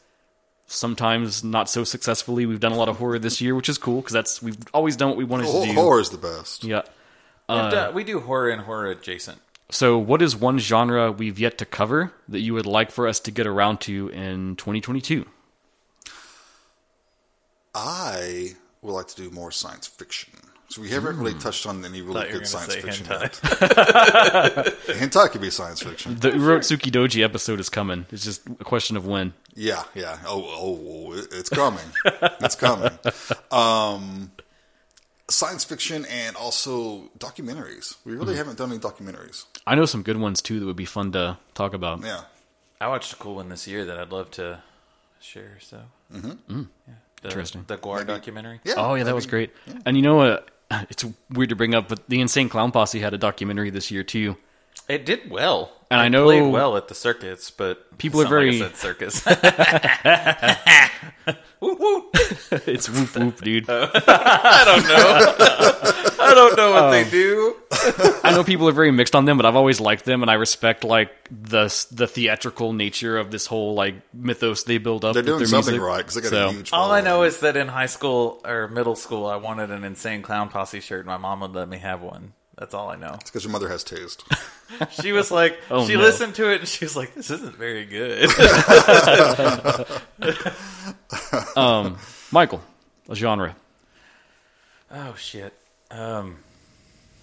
Speaker 1: Sometimes not so successfully. We've done a lot of horror this year, which is cool because that's we've always done what we wanted
Speaker 2: Hor-
Speaker 1: to do.
Speaker 2: Horror is the best.
Speaker 1: Yeah.
Speaker 3: and, uh, we do horror and horror adjacent.
Speaker 1: So, what is one genre we've yet to cover that you would like for us to get around to in 2022?
Speaker 2: I would like to do more science fiction. So we haven't really touched on any really
Speaker 3: Hmm. Thought you were gonna
Speaker 2: good science
Speaker 3: say
Speaker 2: fiction
Speaker 3: hentai.
Speaker 2: yet. hentai could be science fiction.
Speaker 1: The Urotsuki Doji episode is coming. It's just a question of when.
Speaker 2: Yeah, yeah. Oh, oh, oh, it- it's coming. it's coming. Um, science fiction and also documentaries. We
Speaker 1: Hmm.
Speaker 2: really haven't done any documentaries.
Speaker 1: I know some good ones too that would be fun to talk about.
Speaker 2: Yeah.
Speaker 3: I watched a cool one this year that I'd love to share. So, mm-hmm. the,
Speaker 1: Interesting.
Speaker 3: The Guar documentary.
Speaker 2: Yeah.
Speaker 1: Oh, yeah, that
Speaker 2: that'd
Speaker 1: was
Speaker 2: be-
Speaker 1: great. And you know what? It's weird to bring up, but the Insane Clown Posse had a documentary this year too.
Speaker 3: It did well,
Speaker 1: And
Speaker 3: It
Speaker 1: I know-
Speaker 3: played well at the circuits, but
Speaker 1: People
Speaker 3: it's
Speaker 1: are
Speaker 3: not like I
Speaker 1: very-
Speaker 3: said circus. Woo, woo.
Speaker 1: It's whoop whoop, dude.
Speaker 2: Oh.
Speaker 3: I don't know. I don't know what
Speaker 1: Oh.
Speaker 3: they do.
Speaker 1: I know people are very mixed on them, but I've always liked them, and I respect like the the theatrical nature of this whole like mythos they build up.
Speaker 2: They're
Speaker 1: with
Speaker 2: doing
Speaker 1: their
Speaker 2: something
Speaker 1: music.
Speaker 2: right because they got
Speaker 1: So-
Speaker 2: a huge.
Speaker 3: All I
Speaker 2: following.
Speaker 3: know is that in high school or middle school, I wanted an insane clown posse shirt, and my mom would let me have one. That's all I know.
Speaker 2: It's because your mother has taste.
Speaker 3: She was like,
Speaker 1: Oh,
Speaker 3: she
Speaker 1: no.
Speaker 3: listened to it, and she was like, "This isn't very good."
Speaker 1: Um, Michael, a genre.
Speaker 3: oh shit. Um,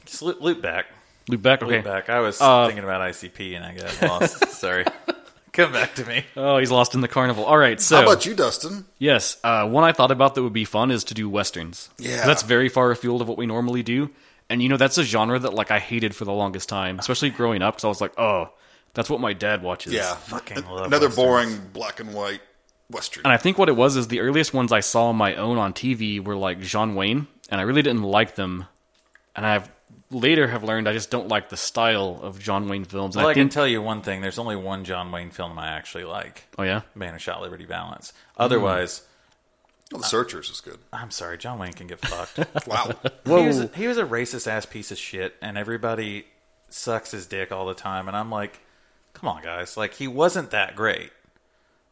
Speaker 3: just loop, loop back,
Speaker 1: Loop back. Okay. Uh,
Speaker 3: loop back. I was thinking about ICP, and I got lost. Sorry. Come back to me.
Speaker 1: Oh, he's lost in the carnival. All right. So
Speaker 2: How about you, Dustin?
Speaker 1: yes, uh, one I thought about that would be fun is to do westerns.
Speaker 2: Yeah.
Speaker 1: that's very far afield of what we normally do, and you know that's a genre that like I hated for the longest time, especially growing up, because I was like, oh, that's what my dad watches.
Speaker 2: Yeah,
Speaker 3: fucking
Speaker 2: An-
Speaker 3: love
Speaker 2: another
Speaker 3: westerns.
Speaker 2: boring black and white western.
Speaker 1: And I think what it was is the earliest ones I saw on my own on TV were like John Wayne, and I really didn't like them. And I've later have learned I just don't like the style of John Wayne films. And
Speaker 3: Well, I,
Speaker 1: I
Speaker 3: can
Speaker 1: think,
Speaker 3: tell you one thing: there's only one John Wayne film I actually like,
Speaker 1: oh yeah,
Speaker 3: Man Who Shot Liberty Valance. Otherwise,
Speaker 2: Oh, the Searchers is good.
Speaker 1: Hmm.
Speaker 3: I'm sorry, John Wayne can get fucked.
Speaker 2: Wow.
Speaker 3: He was, he was a racist ass piece of shit, and everybody sucks his dick all the time, and I'm like, come on, guys, like he wasn't that great.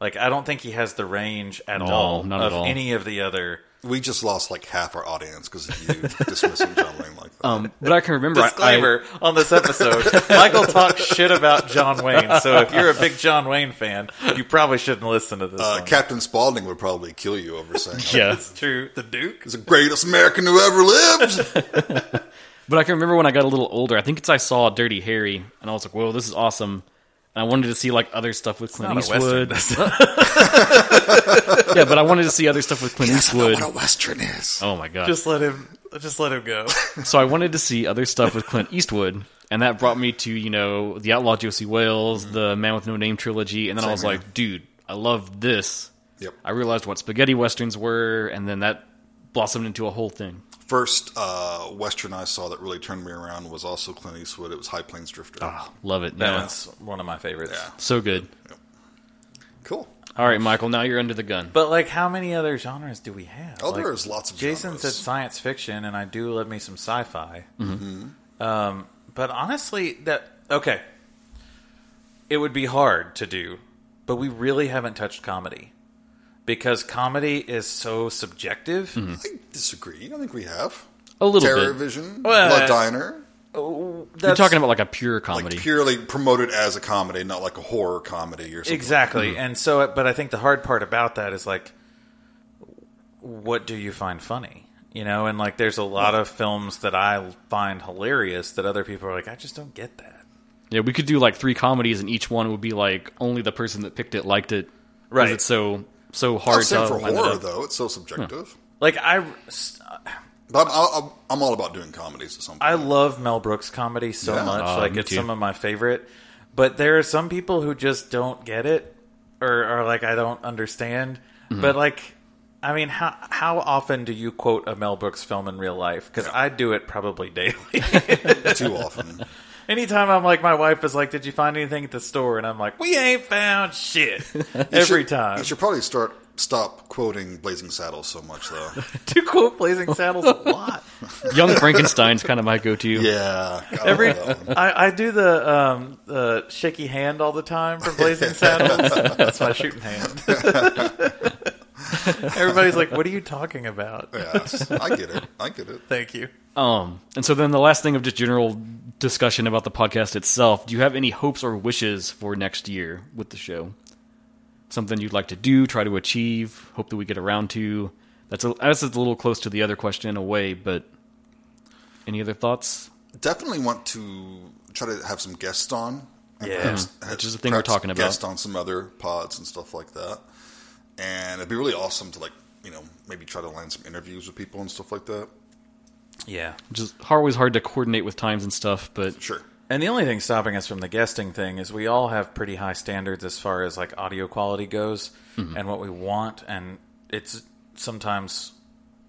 Speaker 3: Like I don't think he has the range at
Speaker 1: No,
Speaker 3: all
Speaker 1: not at
Speaker 3: of
Speaker 1: all.
Speaker 3: any of the other.
Speaker 2: We just lost like half our audience because of you dismissing John Wayne like that.
Speaker 1: Um, but I can remember. I-
Speaker 3: Disclaimer on this episode: Michael talks shit about John Wayne. So if you're a big John Wayne fan, you probably shouldn't listen to this.
Speaker 2: uh,
Speaker 3: one.
Speaker 2: Captain Spaulding would probably kill you over saying
Speaker 1: I, yeah,
Speaker 3: That's true. The Duke.
Speaker 2: he's the greatest American who ever lived.
Speaker 1: But I can remember when I got a little older. I think it's I saw Dirty Harry, and I was like, "Whoa, this is awesome!" And I wanted to see like other stuff with Clint
Speaker 3: not a
Speaker 1: Eastwood. yeah, but I wanted to see other stuff with Clint
Speaker 2: That's
Speaker 1: Eastwood.
Speaker 2: not what a Western is.
Speaker 1: Oh my god!
Speaker 3: Just let him. Just let him go.
Speaker 1: So I wanted to see other stuff with Clint Eastwood, and that brought me to you know the Outlaw Josie Wales, the Man with No Name trilogy, and then I was
Speaker 2: here.
Speaker 1: like, "Dude, I love this."
Speaker 2: Yep.
Speaker 1: I realized what spaghetti westerns were, and then that blossomed into a whole thing.
Speaker 2: First uh, Western I saw that really turned me around was also Clint Eastwood. It was High Plains Drifter.
Speaker 1: Love it.
Speaker 3: That
Speaker 1: Yeah.
Speaker 3: one's one of my favorites.
Speaker 2: Yeah.
Speaker 1: So good.
Speaker 2: Cool.
Speaker 1: All right, Michael. Now you're under the gun.
Speaker 3: But like, how many other genres do we have?
Speaker 2: Oh,
Speaker 3: Like,
Speaker 2: there's lots of
Speaker 3: Jason
Speaker 2: genres.
Speaker 3: said science fiction, and I do love me some sci-fi. Mm-hmm. Um, but honestly, that okay, it would be hard to do. But we really haven't touched comedy because comedy is so subjective.
Speaker 2: I disagree. I think we have
Speaker 1: A little
Speaker 2: Terror
Speaker 1: bit.
Speaker 2: Vision,
Speaker 3: Well,
Speaker 2: Blood
Speaker 3: uh,
Speaker 2: Diner,
Speaker 1: You're
Speaker 3: Oh, That's-
Speaker 1: talking about like a pure
Speaker 2: like
Speaker 1: comedy.
Speaker 2: purely promoted as a comedy, not like a horror comedy or something.
Speaker 3: Exactly.
Speaker 1: Mm-hmm.
Speaker 3: And so, but I think the hard part about that is like, what do you find funny? You know, and like, there's a lot of films that I find hilarious that other people are like, I just don't get that.
Speaker 1: Yeah, we could do like three comedies, and each one would be like only the person that picked it liked it. 'cause
Speaker 3: Right.
Speaker 1: It's so so
Speaker 2: I'm
Speaker 1: hard to
Speaker 2: saying for
Speaker 1: line it
Speaker 2: horror
Speaker 1: up.
Speaker 2: though, it's so subjective.
Speaker 3: Like, I,
Speaker 2: But I'm, I'm, I'm all about doing comedies at some point.
Speaker 3: I love Mel Brooks comedy so
Speaker 2: Yeah.
Speaker 3: much.
Speaker 1: Uh,
Speaker 3: like,
Speaker 1: me
Speaker 3: it's
Speaker 1: too.
Speaker 3: some of my favorite. But there are some people who just don't get it, or are like, I don't understand.
Speaker 1: Mm-hmm.
Speaker 3: But like, I mean, how how often do you quote a Mel Brooks film in real life? Because I do it probably daily.
Speaker 2: too often.
Speaker 3: Anytime I'm like, my wife is like, "Did you find anything at the store?" and I'm like, "We ain't found shit." Every
Speaker 2: should-
Speaker 3: time.
Speaker 2: You should probably start stop quoting Blazing Saddles so much though.
Speaker 3: To quote Blazing Saddles a lot.
Speaker 1: Young Frankenstein's kind of my go-to.
Speaker 2: yeah. God, I love
Speaker 3: Every
Speaker 2: that one.
Speaker 3: I, I do the um, the shaky hand all the time from Blazing Saddles. That's my shooting hand. Everybody's like, "What are you talking about?"
Speaker 2: Oh, Yes, I get it. I get it.
Speaker 3: Thank you.
Speaker 1: Um, and so then the last thing of just general discussion about the podcast itself. Do you have any hopes or wishes for next year with the show? Something you'd like to do, try to achieve, hope that we get around to. That's a, that's a little close to the other question in a way, but any other thoughts?
Speaker 2: Definitely want to try to have some guests on. and
Speaker 3: Yeah.
Speaker 2: perhaps-
Speaker 1: Which is the thing we're
Speaker 2: perhaps
Speaker 1: talking about.
Speaker 2: Guest on some other pods and stuff like that. And it'd be really awesome to like you know maybe try to land some interviews with people and stuff like that.
Speaker 3: Yeah.
Speaker 1: Which is always hard to coordinate with times and stuff, but
Speaker 2: Sure.
Speaker 3: And the only thing stopping us from the guesting thing is we all have pretty high standards as far as like audio quality goes and what we want and it's sometimes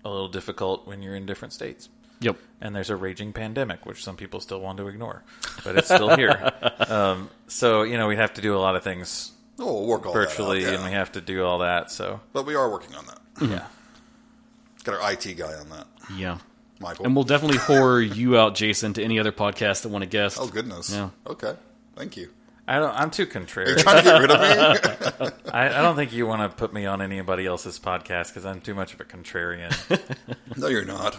Speaker 3: a little difficult when you're in different states.
Speaker 1: yep.
Speaker 3: And there's a raging pandemic, which some people still want to ignore, but it's still here. um, so you know we have to do a lot of things
Speaker 2: Oh, we'll work all
Speaker 3: virtually,
Speaker 2: that out, yeah.
Speaker 3: and we have to do all that. So
Speaker 2: But we are working on that.
Speaker 3: yeah,
Speaker 2: Got our IT guy on that,
Speaker 1: Yeah.
Speaker 2: Michael.
Speaker 1: And we'll definitely horror you out, Jason, to any other podcast that want to guest.
Speaker 2: oh goodness.
Speaker 1: Yeah.
Speaker 2: Okay. Thank you.
Speaker 3: I don't. I'm too contrary.
Speaker 2: Are you trying to get rid of me?
Speaker 3: I, I don't think you want to put me on anybody else's podcast because I'm too much of a contrarian.
Speaker 2: no, you're not.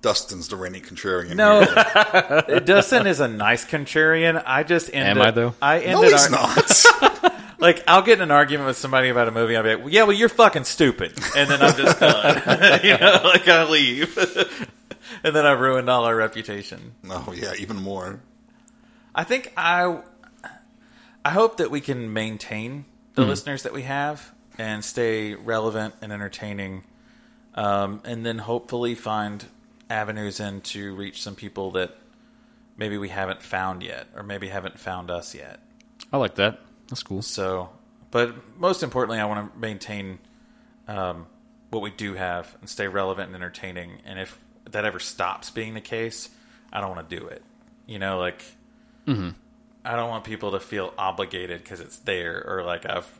Speaker 2: Dustin's the reigning contrarian.
Speaker 3: No.
Speaker 2: here.
Speaker 3: Dustin is a nice contrarian. I just end
Speaker 1: Am
Speaker 3: up,
Speaker 1: I, though?
Speaker 3: I ended
Speaker 2: no, he's
Speaker 3: our-
Speaker 2: not.
Speaker 3: like I'll get in an argument with somebody about a movie. I'll be like, well, "Yeah, well, you're fucking stupid," and then I'm just done. you know, like I leave, and then I ruined all our reputation.
Speaker 2: no, yeah, even more.
Speaker 3: I think I, I hope that we can maintain the listeners that we have and stay relevant and entertaining, um, and then hopefully find avenues in to reach some people that maybe we haven't found yet, or maybe haven't found us yet.
Speaker 1: I like that. That's cool.
Speaker 3: So, but most importantly, I want to maintain um, what we do have and stay relevant and entertaining. And if that ever stops being the case, I don't want to do it. You know, like I don't want people to feel obligated because it's there or like I've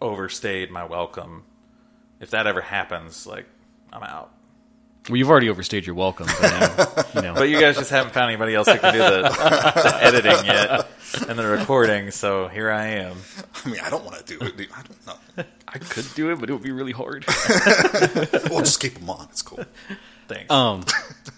Speaker 3: overstayed my welcome. If that ever happens, like I'm out.
Speaker 1: Well, you've already overstayed your welcome. But, now, you know.
Speaker 3: But you guys just haven't found anybody else who can do the, the editing yet and the recording, so here I am.
Speaker 2: I mean, I don't want to do it. Dude. I don't know.
Speaker 1: I could do it, but it would be really hard.
Speaker 2: We'll just keep them on. It's cool.
Speaker 3: Thanks.
Speaker 1: Um,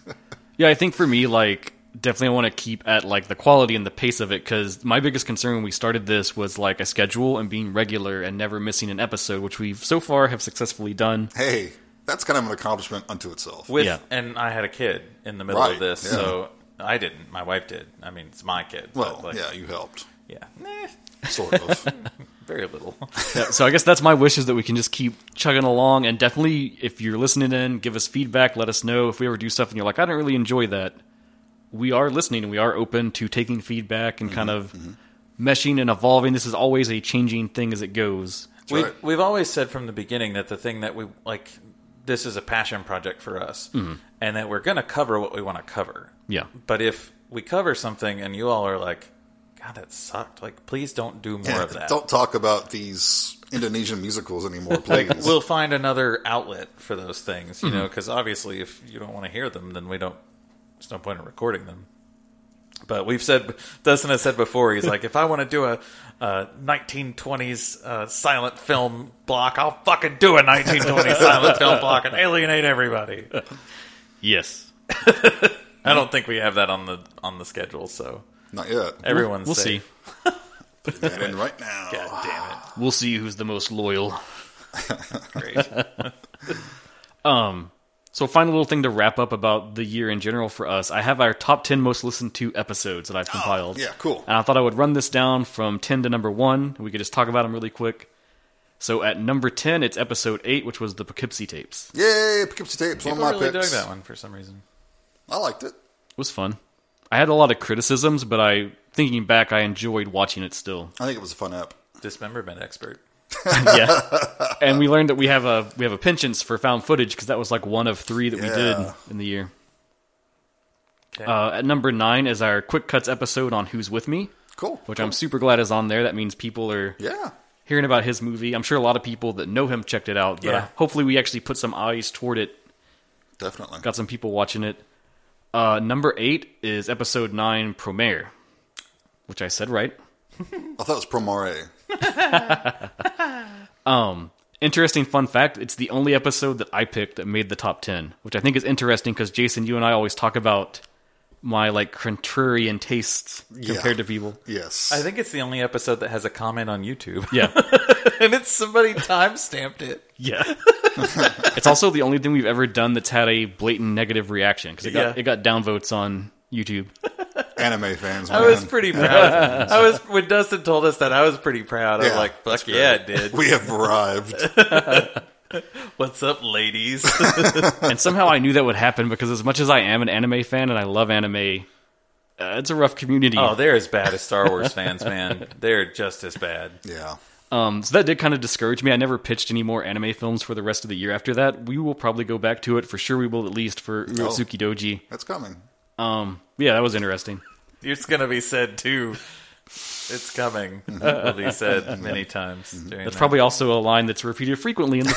Speaker 1: yeah, I think for me, like, definitely I want to keep at like the quality and the pace of it because my biggest concern when we started this was like a schedule and being regular and never missing an episode, which we've so far have successfully done.
Speaker 2: Hey, that's kind of an accomplishment unto itself.
Speaker 3: With
Speaker 1: yeah.
Speaker 3: and I had a kid in the middle
Speaker 2: Right,
Speaker 3: of this,
Speaker 2: yeah.
Speaker 3: so I didn't. My wife did. I mean, it's my kid.
Speaker 2: Well,
Speaker 3: but like,
Speaker 2: yeah, you helped.
Speaker 3: yeah, Nah,
Speaker 2: Sort of.
Speaker 3: very little.
Speaker 1: Yeah, so I guess that's my wish is that we can just keep chugging along and definitely if you're listening in, give us feedback, let us know if we ever do stuff and you're like, I don't really enjoy that. We are listening and we are open to taking feedback and kind of meshing and evolving. This is always a changing thing as it goes.
Speaker 3: we,
Speaker 2: right.
Speaker 3: We've always said from the beginning that the thing that we like, this is a passion project for us, and that we're going to cover what we want to cover.
Speaker 1: Mm-hmm. Yeah.
Speaker 3: But if we cover something and you all are like, God, that sucked, like, please don't do more of that.
Speaker 2: Don't talk about these Indonesian musicals anymore, please.
Speaker 3: We'll find another outlet for those things, you know, 'cause
Speaker 1: Mm-hmm.
Speaker 3: know, because obviously if you don't want to hear them, then we don't, there's no point in recording them. But we've said, Dustin has said before, he's like, if I want to do a, a 1920s uh, silent film block, I'll fucking do a 1920s silent film block and alienate everybody.
Speaker 1: Yes.
Speaker 3: I don't think we have that on the on the schedule, so
Speaker 2: Not yet.
Speaker 3: everyone's
Speaker 1: We'll see.
Speaker 3: safe.
Speaker 2: Put that in right now.
Speaker 3: God damn
Speaker 1: We'll see who's the most loyal.
Speaker 3: it! Great.
Speaker 1: So, final little thing to wrap up about the year in general for us. I have our top 10 most listened to episodes that I've compiled.
Speaker 2: Oh, yeah, cool.
Speaker 1: And I thought I would run this down from 10 to number 1. We could just talk about them really quick. So, at number 10, it's episode 8, which was the Poughkeepsie tapes. It
Speaker 2: Yay, Poughkeepsie Tapes,
Speaker 3: People
Speaker 2: one
Speaker 3: are
Speaker 2: of my
Speaker 3: really
Speaker 2: picks.
Speaker 3: dug that one for some reason.
Speaker 2: I liked it.
Speaker 1: was fun. I had a lot of criticisms, but I, thinking back, I enjoyed watching it still.
Speaker 2: I think it was a fun app.
Speaker 3: Dismemberment expert.
Speaker 1: yeah. And we learned that we have a we have a penchant for found footage because that was like one of three that we
Speaker 2: Yeah.
Speaker 1: did in the year.
Speaker 3: Okay.
Speaker 1: Uh, at number nine is our quick cuts episode on Who's With Me,
Speaker 2: Cool.
Speaker 1: which I'm super glad is on there. That means people are
Speaker 2: Yeah.
Speaker 1: hearing about his movie. I'm sure a lot of people that know him checked it out. But uh,
Speaker 3: Yeah.
Speaker 1: hopefully, we actually put some eyes toward it.
Speaker 2: Definitely.
Speaker 1: Got some people watching it. Uh, number eight is episode nine, Promare, which I said right.
Speaker 2: I thought it was Promare.
Speaker 1: Interesting fun fact: It's the only episode that I picked that made the top ten, which I think is interesting because Jason, you and I always talk about my like contrarian tastes compared to people.
Speaker 2: Yes.
Speaker 3: I think it's the only episode that has a comment on YouTube.
Speaker 1: Yeah,
Speaker 3: and it's somebody time stamped it.
Speaker 1: yeah. it's also the only thing we've ever done that's had a blatant negative reaction because it got
Speaker 3: Yeah.
Speaker 1: it got downvotes on YouTube.
Speaker 2: Anime fans, man.
Speaker 3: I was pretty proud. I was when Dustin told us that I was pretty proud. I was
Speaker 2: Yeah,
Speaker 3: like,
Speaker 2: that's
Speaker 3: "Fuck yeah, it
Speaker 2: great.
Speaker 3: did."
Speaker 2: We have arrived.
Speaker 3: What's up, ladies?
Speaker 1: and somehow I knew that would happen because as much as I am an anime fan and I love anime, uh, it's a rough community.
Speaker 3: oh, they're as bad as Star Wars fans, man. They're just as bad.
Speaker 2: yeah.
Speaker 1: Um, so that did kind of discourage me. I never pitched any more anime films for the rest of the year after that. We will probably go back to it for sure. We will at least for
Speaker 3: Oh.
Speaker 1: Urotsuki Doji.
Speaker 2: That's coming.
Speaker 1: Um, yeah, that was interesting.
Speaker 3: It's gonna be said too. It's coming. It'll be said many times. during
Speaker 1: That's
Speaker 3: that.
Speaker 1: probably also a line that's repeated frequently in the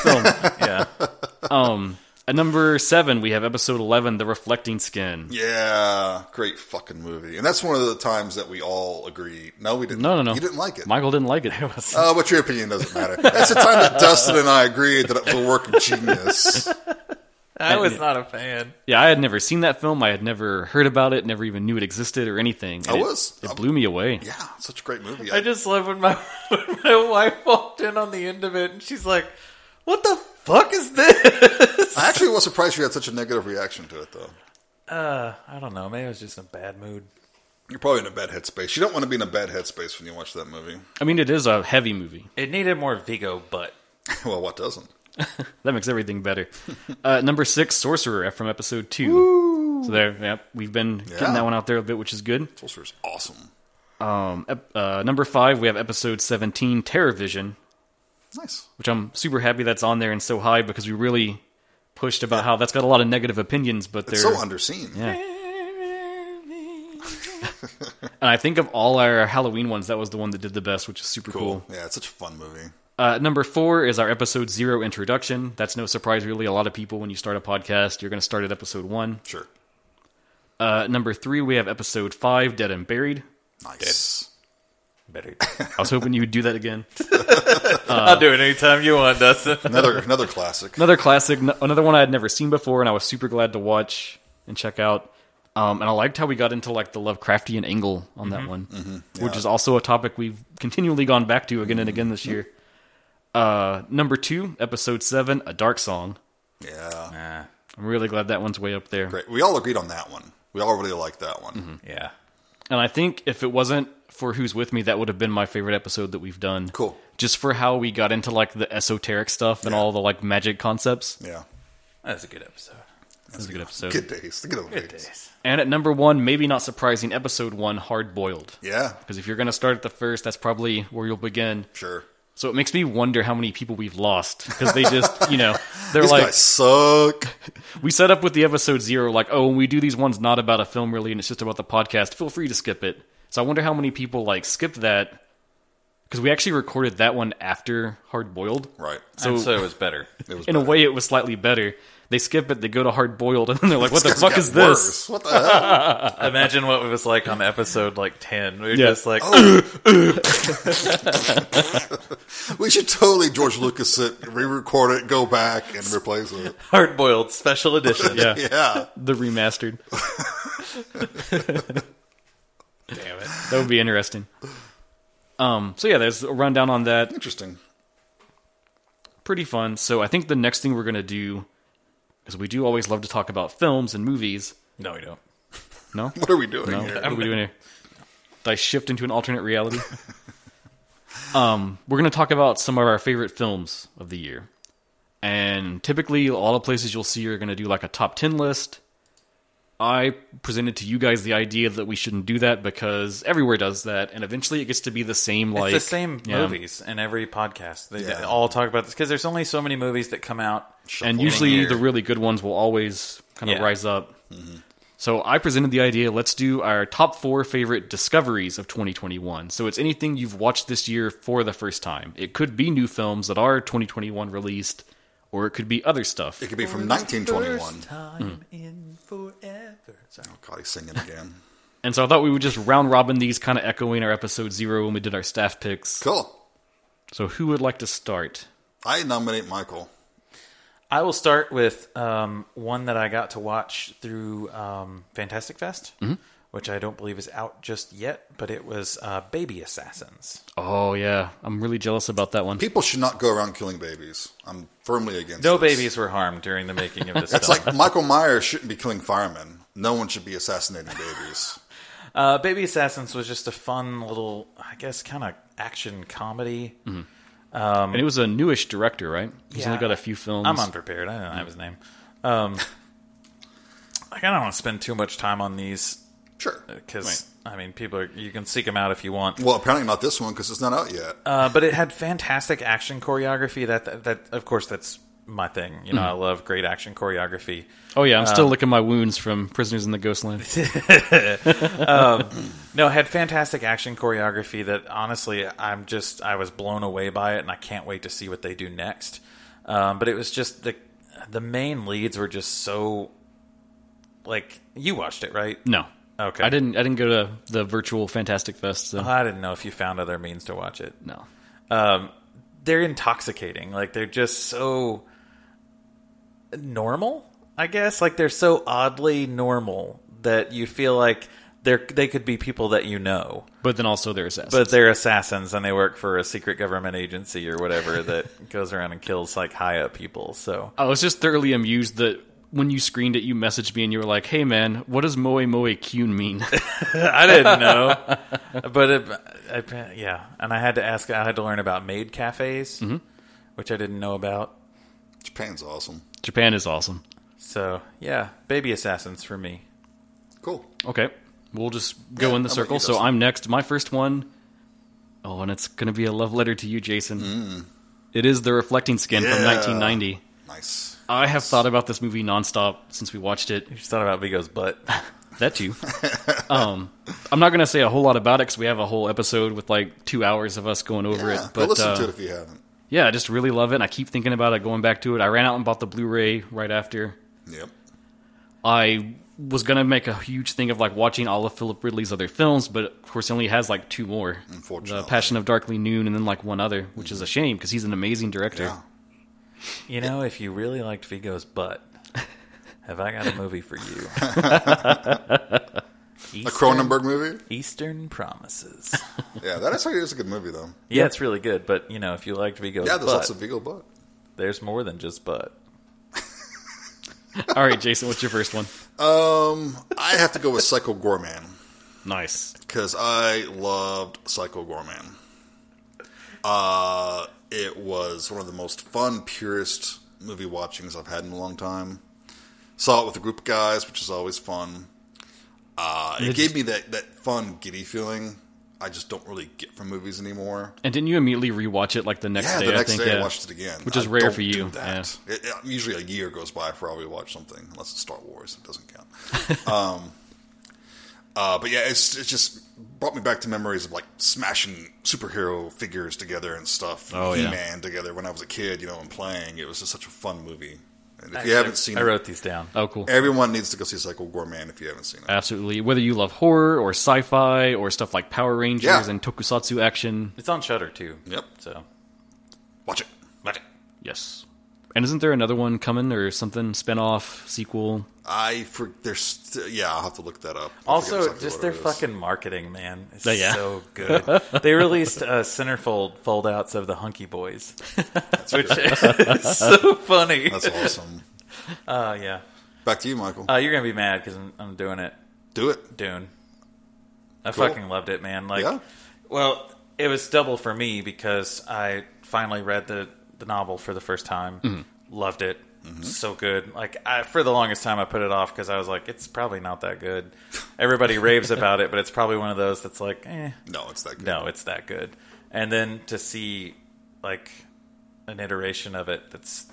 Speaker 1: film.
Speaker 3: yeah.
Speaker 1: um, at number seven, we have episode 11, The Reflecting Skin.
Speaker 2: Yeah. Great fucking movie. And that's one of the times that we all agree. No, we didn't.
Speaker 1: No, no, no.
Speaker 2: You didn't like it.
Speaker 1: Michael didn't like it.
Speaker 2: Uh, but your opinion doesn't matter. That's the time that Dustin and I agreed that it was a work of genius.
Speaker 3: I was not a fan.
Speaker 1: yeah, I had never seen that film. I had never heard about it, never even knew it existed or anything. and
Speaker 2: I
Speaker 1: it-
Speaker 2: was- uh,
Speaker 1: It, blew me away.
Speaker 2: Yeah, such a great movie.
Speaker 3: I just love when my when my wife walked in on the end of it, and she's like, "What the fuck is this?"
Speaker 2: I actually was surprised you had such a negative reaction to it, though.
Speaker 3: Uh, I don't know. Maybe I was just in a bad mood.
Speaker 2: You're probably in a bad headspace. You don't want to be in a bad headspace when you watch that movie.
Speaker 1: I mean, it is a heavy movie.
Speaker 3: It needed more Vigo butt.
Speaker 2: well, what doesn't?
Speaker 1: That makes everything better. uh, number six, Sorcerer from episode two. So there, yeah, we've been
Speaker 2: Yeah.
Speaker 1: getting that one out there a bit, which is good.
Speaker 2: Sorcerer's awesome.
Speaker 1: Um, ep- uh, number five, we have episode seventeen, Terror Vision,
Speaker 2: Nice.
Speaker 1: which I'm super happy that's on there and so high because we really pushed about how that's got a lot of negative opinions, but they're
Speaker 2: It's so underseen.
Speaker 1: Yeah. and I think of all our Halloween ones, that was the one that did the best, which is super cool.
Speaker 2: Cool. Yeah, it's such a fun movie.
Speaker 1: Uh, number four is our episode zero introduction. That's no surprise, really. A lot of people, when you start a podcast, you're going to start at episode one.
Speaker 2: Sure.
Speaker 1: Uh, number three, we have episode five, Dead and Buried.
Speaker 2: Nice.
Speaker 3: Better.
Speaker 1: I was hoping you would do that again.
Speaker 3: I'll do it anytime you want, Dustin.
Speaker 2: Another another classic.
Speaker 1: Another classic, n- another one I had never seen before, and I was super glad to watch and check out. Um, and I liked how we got into like the Lovecraftian angle on that one, which is also a topic we've continually gone back to again and again this year. Uh, number two, episode seven, a dark song.
Speaker 2: Yeah.
Speaker 3: Nah,
Speaker 1: I'm really glad that one's way up there.
Speaker 2: Great. We all agreed on that one. We all really liked that
Speaker 1: Mm-hmm.
Speaker 2: one.
Speaker 3: yeah.
Speaker 1: And I think if it wasn't for Who's With Me, that would have been my favorite episode that we've done.
Speaker 2: Cool.
Speaker 1: Just for how we got into like the esoteric stuff and all the like magic concepts.
Speaker 2: Yeah.
Speaker 3: That's a good episode.
Speaker 1: That was a good episode.
Speaker 2: Good days. Good old days.
Speaker 1: And at number one, maybe not surprising, episode one, Hard Boiled.
Speaker 2: Yeah.
Speaker 1: Because if you're going to start at the first, that's probably where you'll begin.
Speaker 2: Sure.
Speaker 1: So it makes me wonder how many people we've lost because they just, you know, they're
Speaker 2: These
Speaker 1: like,
Speaker 2: guys suck.
Speaker 1: we set up with the episode zero, like, oh, when we do these ones not about a film really and it's just about the podcast, feel free to skip it. So I wonder how many people like skipped that because we actually recorded that one after Hard Boiled.
Speaker 2: Right.
Speaker 1: So,
Speaker 3: and so it was better.
Speaker 2: It was
Speaker 1: in a
Speaker 2: bad.
Speaker 1: way, it was slightly better. They skip it, they go to Hard Boiled, and then they're like, what the
Speaker 2: This
Speaker 1: fuck
Speaker 2: got
Speaker 1: is this?
Speaker 2: worse. What the hell?
Speaker 3: Imagine what it was like on episode like ten. We were
Speaker 1: Yeah.
Speaker 3: just like,
Speaker 2: we should totally George Lucas it, re-record it, go back, and replace it.
Speaker 3: hard boiled special edition.
Speaker 1: Yeah,
Speaker 2: Yeah.
Speaker 1: the remastered.
Speaker 3: Damn it.
Speaker 1: That would be interesting. Um, so yeah, there's a rundown on that.
Speaker 2: Interesting.
Speaker 1: pretty fun. So I think the next thing we're gonna do, because we do always love to talk about films and movies.
Speaker 3: No, we don't.
Speaker 1: No,
Speaker 2: What are we doing
Speaker 1: no,
Speaker 2: here?
Speaker 1: what are we doing here? Did I shift into an alternate reality? um, we're gonna talk about some of our favorite films of the year, and typically a lot of places you'll see are gonna do like a top ten list. I presented to you guys the idea that we shouldn't do that because everywhere does that, and eventually it gets to be the same. Like
Speaker 3: it's the same
Speaker 1: yeah.
Speaker 3: movies in every podcast. They, they
Speaker 2: Yeah.
Speaker 3: all talk about this because there's only so many movies that come out.
Speaker 1: and
Speaker 2: Shuffle
Speaker 1: usually
Speaker 3: year.
Speaker 1: the really good ones will always kind of
Speaker 3: Yeah.
Speaker 1: rise up. So I presented the idea. Let's do our top four favorite discoveries of 2021. So it's anything you've watched this year for the first time. It could be new films that are 2021 released, or it could be other stuff.
Speaker 2: It could be from 1921.
Speaker 3: First time in forever. Sorry.
Speaker 2: Oh, God, he's singing again.
Speaker 1: And so I thought we would just round robin these, kind of echoing our episode zero when we did our staff picks.
Speaker 2: Cool.
Speaker 1: So who would like to start?
Speaker 2: I nominate Michael.
Speaker 3: I will start with um, one that I got to watch through um, Fantastic Fest,
Speaker 2: Mm-hmm.
Speaker 3: which I don't believe is out just yet, but it was uh, Baby Assassins.
Speaker 1: Oh yeah, I'm really jealous about that one.
Speaker 2: People should not go around killing babies. I'm firmly against.
Speaker 3: No
Speaker 2: this.
Speaker 3: babies were harmed during the making of this
Speaker 2: That's
Speaker 3: film.
Speaker 2: like Michael Myers shouldn't be killing firemen. No one should be assassinating babies.
Speaker 3: uh, Baby Assassins was just a fun little, I guess, kind of action comedy.
Speaker 2: Mm-hmm.
Speaker 1: And it was a newish director, right? He's
Speaker 3: Yeah.
Speaker 1: only got a few films.
Speaker 3: I'm unprepared. I don't have
Speaker 2: Mm-hmm.
Speaker 3: his name. Um, like, I don't want to spend too much time on these
Speaker 2: Sure.
Speaker 3: because, I mean, people are, you can seek them out if you want.
Speaker 2: Well, apparently not this one because it's not out yet.
Speaker 3: Uh, but it had fantastic action choreography. That, that that of course that's my thing. You know, I love great action choreography.
Speaker 1: Oh yeah, I'm still licking my wounds from Prisoners in the Ghostland.
Speaker 3: No, it had fantastic action choreography that honestly I'm just I was blown away by it, and I can't wait to see what they do next. Um, but it was just the the main leads were just so like you watched it right?
Speaker 1: No.
Speaker 3: Okay.
Speaker 1: I didn't. I didn't go to the virtual Fantastic Fest. So
Speaker 2: Uh-huh.
Speaker 3: I didn't know if you found other means to watch it.
Speaker 1: no.
Speaker 3: um, they're intoxicating. Like they're just so normal, I guess. Like they're so oddly normal that you feel like they're they could be people that you know,
Speaker 1: But then also there's assassins.
Speaker 3: but they're assassins and they work for a secret government agency or whatever that goes around and kills like high up people. So
Speaker 1: I was just thoroughly amused that when you screened it, you messaged me and you were like, "Hey man, what does moe moe kyun mean?"
Speaker 3: I didn't know, but it, I, yeah, and I had to ask. I had to learn about maid cafes, which I didn't know about.
Speaker 2: Japan's awesome.
Speaker 1: Japan is awesome.
Speaker 3: So yeah, baby assassins for me.
Speaker 2: Cool.
Speaker 1: Okay, we'll just go
Speaker 2: Yeah,
Speaker 1: in the
Speaker 2: how about
Speaker 1: circle.
Speaker 2: you,
Speaker 1: So
Speaker 2: Dustin?
Speaker 1: I'm next. My first one. Oh, and it's gonna be a love letter to you, Jason. It is the reflecting skin from
Speaker 2: Mm. Yeah.
Speaker 1: 1990.
Speaker 2: Nice.
Speaker 1: I have thought about this movie nonstop since we watched it.
Speaker 3: You just thought about Vigo's butt.
Speaker 1: That too. um, I'm not going to say a whole lot about it because we have a whole episode with like two hours of us going over
Speaker 2: Yeah,
Speaker 1: it.
Speaker 2: go
Speaker 1: But
Speaker 2: listen
Speaker 1: uh,
Speaker 2: to it if you haven't.
Speaker 1: yeah, I just really love it. And I keep thinking about it, going back to it. I ran out and bought the Blu-ray right after.
Speaker 2: Yep.
Speaker 1: I was gonna make a huge thing of like watching all of Philip Ridley's other films, but of course, he only has like two more:
Speaker 2: Unfortunately.
Speaker 1: the Passion of Darkly Noon, and then like one other, which is a shame because he's an amazing director.
Speaker 2: Yeah.
Speaker 3: You know, if you really liked Vigo's butt, have I got a movie for you?
Speaker 2: A
Speaker 3: Eastern,
Speaker 2: Cronenberg movie?
Speaker 3: Eastern Promises.
Speaker 2: Yeah, that actually is a good movie, though.
Speaker 3: Yeah, it's really good, but you know, if you liked Vigo's
Speaker 2: Yeah, there's
Speaker 3: butt,
Speaker 2: lots of Viggo butt.
Speaker 3: there's more than just butt.
Speaker 1: All right, Jason, what's your first one?
Speaker 2: Um, I have to go with Psycho Gorman
Speaker 1: Nice.
Speaker 2: because I loved Psycho Gorman. Uh, it was one of the most fun, purest movie watchings I've had in a long time. Saw it with a group of guys, which is always fun. Uh, it gave me that, that fun, giddy feeling I just don't really get from movies anymore.
Speaker 1: And didn't you immediately rewatch it like the next
Speaker 2: Yeah,
Speaker 1: day?
Speaker 2: the next
Speaker 1: I think.
Speaker 2: day
Speaker 1: yeah.
Speaker 2: I watched it again,
Speaker 1: Which is
Speaker 2: I
Speaker 1: rare
Speaker 2: don't
Speaker 1: for you,
Speaker 2: Do that. It- it- usually, a year goes by before I rewatch something, unless it's Star Wars. It doesn't count. um, uh, but yeah, it's it just brought me back to memories of like smashing superhero figures together and stuff.
Speaker 1: Oh, yeah.
Speaker 2: He-Man together when I was a kid, you know, and playing. It was just such a fun movie. And if
Speaker 3: Actually,
Speaker 2: you haven't seen
Speaker 3: I
Speaker 2: it,
Speaker 3: wrote these down.
Speaker 1: Oh, cool.
Speaker 2: everyone needs to go see Psycho Gorman if you haven't seen it.
Speaker 1: Absolutely. Whether you love horror or sci-fi or stuff like Power Rangers
Speaker 2: Yeah.
Speaker 1: and tokusatsu action,
Speaker 3: It's on Shutter too.
Speaker 2: Yep.
Speaker 3: So,
Speaker 2: Watch it.
Speaker 3: but
Speaker 1: yes. And isn't there another one coming or something spin-off sequel?
Speaker 2: I for there's st- yeah I'll have to look that up. I forget
Speaker 3: also
Speaker 2: exactly
Speaker 3: just
Speaker 2: what
Speaker 3: their
Speaker 2: it is.
Speaker 3: fucking marketing, man, is
Speaker 1: Oh, yeah.
Speaker 3: so good. they released uh, centerfold foldouts of the Hunky Boys, which is so funny.
Speaker 2: That's awesome.
Speaker 3: Uh, yeah,
Speaker 2: Back to you, Michael.
Speaker 3: uh, you're gonna be madbecause I'm, I'm doing it.
Speaker 2: Do it.
Speaker 3: Dune. I
Speaker 2: Cool.
Speaker 3: fucking loved it, man. Like,
Speaker 2: Yeah.
Speaker 3: well, it was double for me because I finally read the the novel for the first time. Loved it.
Speaker 2: Mm-hmm.
Speaker 3: So good. Like, I, for the longest time, I put it off because I was like, it's probably not that good. Everybody raves about it, but it's probably one of those that's like, eh,
Speaker 2: No, it's that good.
Speaker 3: no, it's that good. And then to see like an iteration of it that's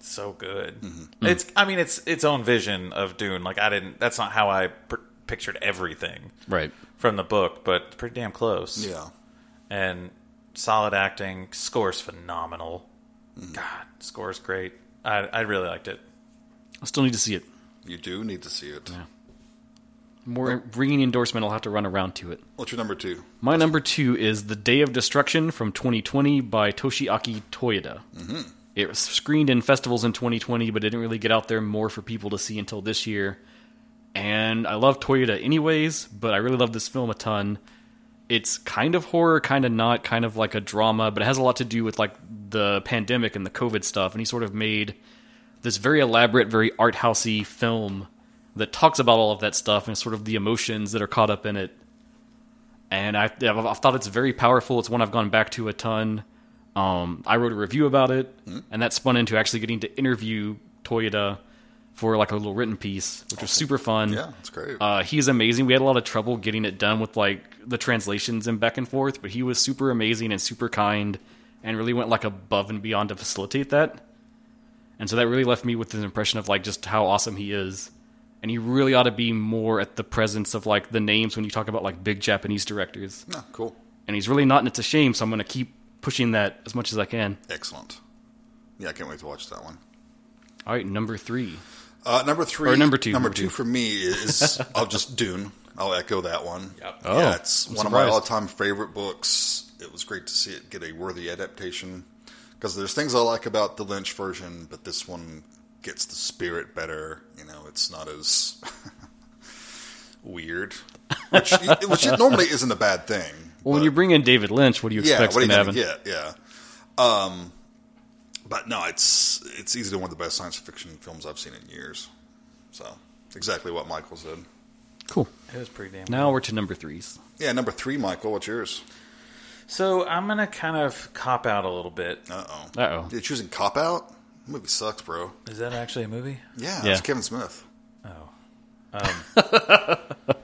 Speaker 3: so good. It's I mean it's its own vision of Dune. Like I didn't that's not how I per- pictured everything
Speaker 1: Right.
Speaker 3: from the book, but pretty damn close.
Speaker 2: Yeah.
Speaker 3: And solid acting, score's phenomenal. God, score's great. I I really liked it.
Speaker 1: I still need to see it.
Speaker 2: You do need to see it.
Speaker 1: More ringing endorsement. I'll have to run around to it.
Speaker 2: What's your number two?
Speaker 1: My number two is The Day of Destruction from 2020 by Toshiaki Toyota. Mm-hmm. It was screened in festivals in 2020, but didn't really get out there more for people to see until this year. And I love Toyota anyways, but I really love this film a ton. It's kind of horror, kind of not, kind of like a drama, but it has a lot to do with like the pandemic and the COVID stuff. And he sort of made this very elaborate, very art housey film that talks about all of that stuff and sort of the emotions that are caught up in it and I, I've, I've thought it's very powerful. It's one I've gone back to a ton. Um, I wrote a review about it, and that spun into actually getting to interview Toyota for like a little written piece, which was super fun.
Speaker 2: Yeah, it's great.
Speaker 1: Uh, he's amazing. We had a lot of trouble getting it done with like the translations and back and forth, but he was super amazing and super kind, and really went like above and beyond to facilitate that. And so that really left me with an impression of like just how awesome he is. And he really ought to be more at the presence of like the names when you talk about like big Japanese directors.
Speaker 2: no, cool.
Speaker 1: And he's really not, and it's a shame. So I'm going to keep pushing that as much as I can.
Speaker 2: Excellent. Yeah, I can't wait to watch that one.
Speaker 1: All right, number three.
Speaker 2: Uh, number three.
Speaker 1: Or number two,
Speaker 2: Number
Speaker 1: number
Speaker 2: two,
Speaker 1: two.
Speaker 2: for me is I'll just Dune. I'll echo that one.
Speaker 3: Yep.
Speaker 1: Oh,
Speaker 2: yeah, it's
Speaker 1: I'm
Speaker 2: one of my
Speaker 1: surprised.
Speaker 2: all time favorite books. It was great to see it get a worthy adaptation because there's things I like about the Lynch version, but this one gets the spirit better. You know, it's not as weird, which, which it normally isn't a bad thing.
Speaker 1: Well, when
Speaker 2: but-
Speaker 1: you bring in David Lynch, what do you
Speaker 2: yeah,
Speaker 1: expect
Speaker 2: what are
Speaker 1: from
Speaker 2: you gonna
Speaker 1: Evan?
Speaker 2: get? Yeah. Um, but no, it's it's easily one of the best science fiction films I've seen in years. So exactly what Michael said.
Speaker 1: Cool.
Speaker 3: It was pretty damn
Speaker 1: Now we're to number threes.
Speaker 2: Yeah, number three, Michael. What's yours?
Speaker 3: So I'm gonna kind of cop out a little bit.
Speaker 2: Uh oh.
Speaker 1: Uh oh.
Speaker 2: You're choosing Cop Out. The movie sucks, bro.
Speaker 3: Is that actually a movie?
Speaker 2: Yeah,
Speaker 1: Yeah.
Speaker 2: it's Kevin Smith.
Speaker 3: Oh. Um,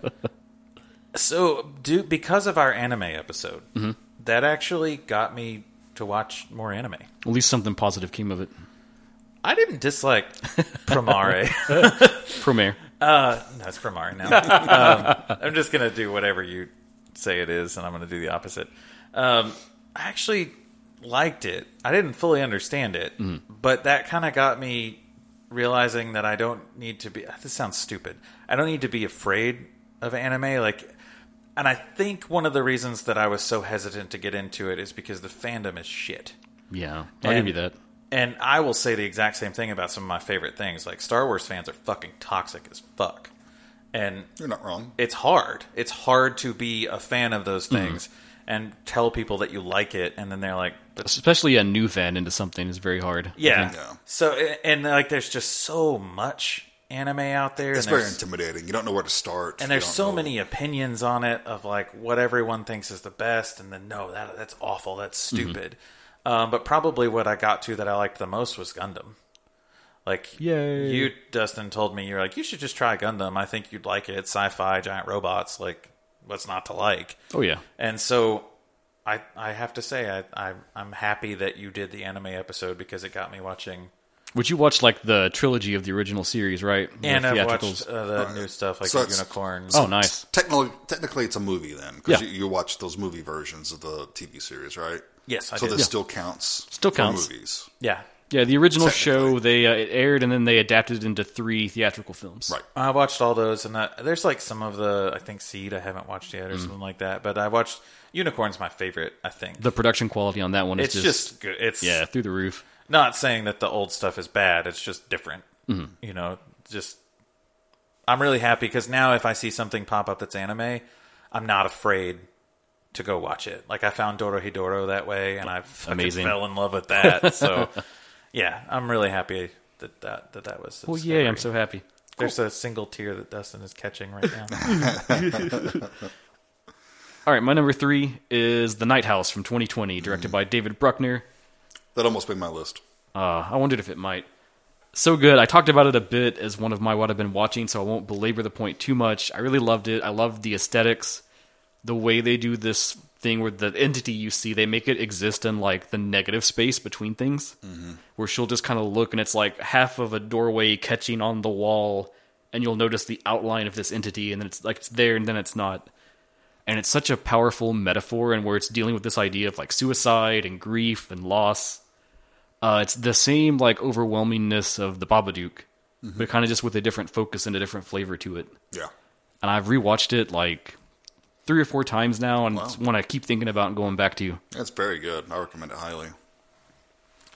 Speaker 3: So, do because of our anime episode, that actually got me to watch more anime.
Speaker 1: At least something positive came of it.
Speaker 3: I didn't dislike Promare.
Speaker 1: Promare.
Speaker 3: uh, no, it's Promare now. um, I'm just gonna do whatever you say it is, and I'm gonna do the opposite. Um, I actually liked it. I didn't fully understand it, but that kind of got me realizing that I don't need to be. This sounds stupid. I don't need to be afraid of anime. Like, and I think one of the reasons that I was so hesitant to get into it is because the fandom is shit.
Speaker 1: Yeah, I'll
Speaker 3: And-
Speaker 1: give you that.
Speaker 3: And I will say the exact same thing about some of my favorite things. Like Star Wars fans are fucking toxic as fuck. And
Speaker 2: You're not wrong.
Speaker 3: it's hard. It's hard to be a fan of those things and tell people that you like it, and then they're like, but
Speaker 1: Especially a new fan into something is very hard. I
Speaker 3: yeah.
Speaker 1: think.
Speaker 2: Yeah.
Speaker 3: So a- and like, there's just so much anime out there.
Speaker 2: It's
Speaker 3: and
Speaker 2: very
Speaker 3: there's-
Speaker 2: intimidating. You don't know where to start.
Speaker 3: and
Speaker 2: You
Speaker 3: there's
Speaker 2: don't
Speaker 3: so
Speaker 2: know-
Speaker 3: many opinions on it of like what everyone thinks is the best, and then no, that that's awful, that's stupid. Um, but probably what I got to that I liked the most was Gundam. Like
Speaker 1: Yay.
Speaker 3: you, Dustin told me you're like you should just try Gundam. I think you'd like it. It's sci-fi, giant robots. Like what's not to like?
Speaker 1: Oh yeah.
Speaker 3: And so I I have to say I, I I'm happy that you did the anime episode because it got me watching.
Speaker 1: Would you watch like the trilogy of the original series, right? The
Speaker 3: And I've
Speaker 1: theatricals.
Speaker 3: watched uh, the new stuff like
Speaker 2: So
Speaker 3: the
Speaker 2: it's-
Speaker 3: unicorns.
Speaker 1: Oh, nice.
Speaker 2: Technically, technically, it's a movie then because
Speaker 1: Yeah.
Speaker 2: you, you watch those movie versions of the TV series, right?
Speaker 3: Yes, I
Speaker 2: so
Speaker 3: did.
Speaker 2: this
Speaker 3: Yeah.
Speaker 2: still counts.
Speaker 1: Still
Speaker 2: for
Speaker 1: counts.
Speaker 2: movies,
Speaker 3: Yeah.
Speaker 1: Yeah, the original show they uh, it aired and then they adapted it into three theatrical films.
Speaker 2: right?
Speaker 3: I watched all those, and that, there's like some of the I think Seed I haven't watched yet or
Speaker 1: Hmm.
Speaker 3: something like that. But I watched Unicorn's my favorite. I think
Speaker 1: The production quality on that one
Speaker 3: it's
Speaker 1: is
Speaker 3: just,
Speaker 1: just,
Speaker 3: good. It's
Speaker 1: yeah through the roof.
Speaker 3: not saying that the old stuff is bad. It's just different.
Speaker 1: Mm-hmm.
Speaker 3: You know, just I'm really happy because now if I see something pop up that's anime, I'm not afraid to go watch it. Like I found Doro Hidoro that way, and I fucking
Speaker 1: Amazing.
Speaker 3: fell in love with that. So yeah, I'm really happy that that that, that was. the
Speaker 1: Well, yay! I'm
Speaker 3: discovery.
Speaker 1: so happy.
Speaker 3: There's a single tear that Dustin is catching right now.
Speaker 1: All right, my number three is The Night House from 2020, directed by David Bruckner.
Speaker 2: That almost made my list.
Speaker 1: Uh, I wondered if it might. So good. I talked about it a bit as one of my what I've been watching, so I won't belabor the point too much. I really loved it. I loved the aesthetics, the way they do this thing where the entity you see, they make it exist in like the negative space between things, where she'll just kind of look and it's like half of a doorway catching on the wall, and you'll notice the outline of this entity, and then it's like it's there and then it's not and it's such a powerful metaphor and where it's dealing with this idea of like suicide and grief and loss uh, it's the same like overwhelmingness of the babadook
Speaker 2: Mm-hmm.
Speaker 1: but kind of just with a different focus and a different flavor to it
Speaker 2: Yeah,
Speaker 1: and i've rewatched it like three or four times now and it's one i keep thinking about and going back to
Speaker 2: that's very good. I recommend it highly.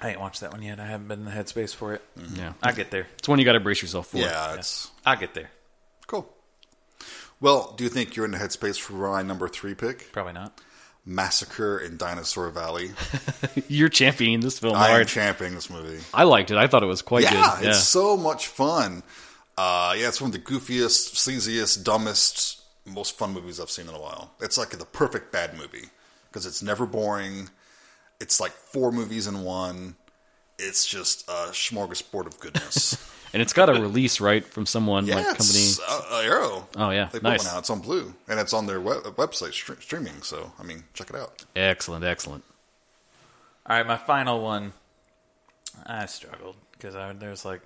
Speaker 3: I ain't watched that one yet. I haven't been in the headspace for it.
Speaker 1: yeah
Speaker 3: I get there.
Speaker 1: it's one you got to brace yourself for
Speaker 2: Mm-hmm. Yeah, it's
Speaker 3: I get there.
Speaker 2: cool. Well, do you think you're in the headspace for my number three pick,
Speaker 3: Probably not.
Speaker 2: Massacre in Dinosaur Valley?
Speaker 1: you're championing this film
Speaker 2: I am
Speaker 1: hard.
Speaker 2: championing this movie.
Speaker 1: i liked it i thought it was quite
Speaker 2: Yeah,
Speaker 1: good yeah
Speaker 2: it's so much fun. Uh, yeah, it's one of the goofiest, sleaziest, dumbest, most fun movies I've seen in a while. It's like the perfect bad movie because it's never boring. It's like four movies in one. It's just a smorgasbord of goodness.
Speaker 1: and it's got a release right from someone
Speaker 2: yeah,
Speaker 1: like company
Speaker 2: it's uh, uh, Arrow.
Speaker 1: Oh, yeah,
Speaker 2: they put
Speaker 1: nice.
Speaker 2: one out. It's on Blue, and it's on their web- website stre- streaming. So I mean, check it out.
Speaker 1: excellent excellent
Speaker 3: All right, my final one. I struggled because I there's like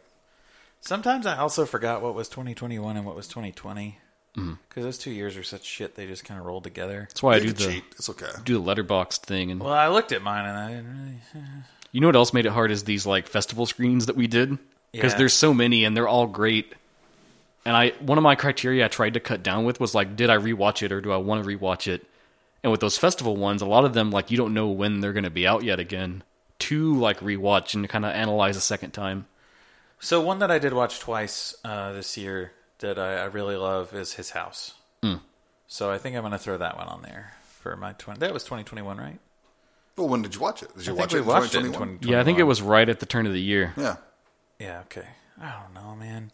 Speaker 3: sometimes I also forgot what was 2021 and what was 2020
Speaker 1: Mm-hmm.
Speaker 3: because those two years are such shit. They just kind of rolled together.
Speaker 1: that's why i do
Speaker 2: You can
Speaker 1: the
Speaker 2: cheat. It's okay.
Speaker 1: do the letterboxed thing and
Speaker 3: Well, I looked at mine and I didn't really.
Speaker 1: You know what else made it hard is these like festival screens that we did because
Speaker 3: Yeah.
Speaker 1: there's so many and they're all great. And I one of my criteria I tried to cut down with was like, did I rewatch it or do I want to rewatch it? And with those festival ones, a lot of them like you don't know when they're going to be out yet again to like rewatch and kind of analyze a second time.
Speaker 3: So one that I did watch twice uh, this year that I, I really love is His House.
Speaker 1: Mm.
Speaker 3: So I think I'm going to throw that one on there for my 20. That was 2021, right?
Speaker 2: Well, when did you watch it? Did you
Speaker 3: I
Speaker 2: watch
Speaker 3: think
Speaker 2: it?
Speaker 3: we watched it in
Speaker 2: 2021?
Speaker 3: 2021.
Speaker 1: Yeah, I think it was right at the turn of the year.
Speaker 2: Yeah.
Speaker 3: Yeah, okay. I don't know, man.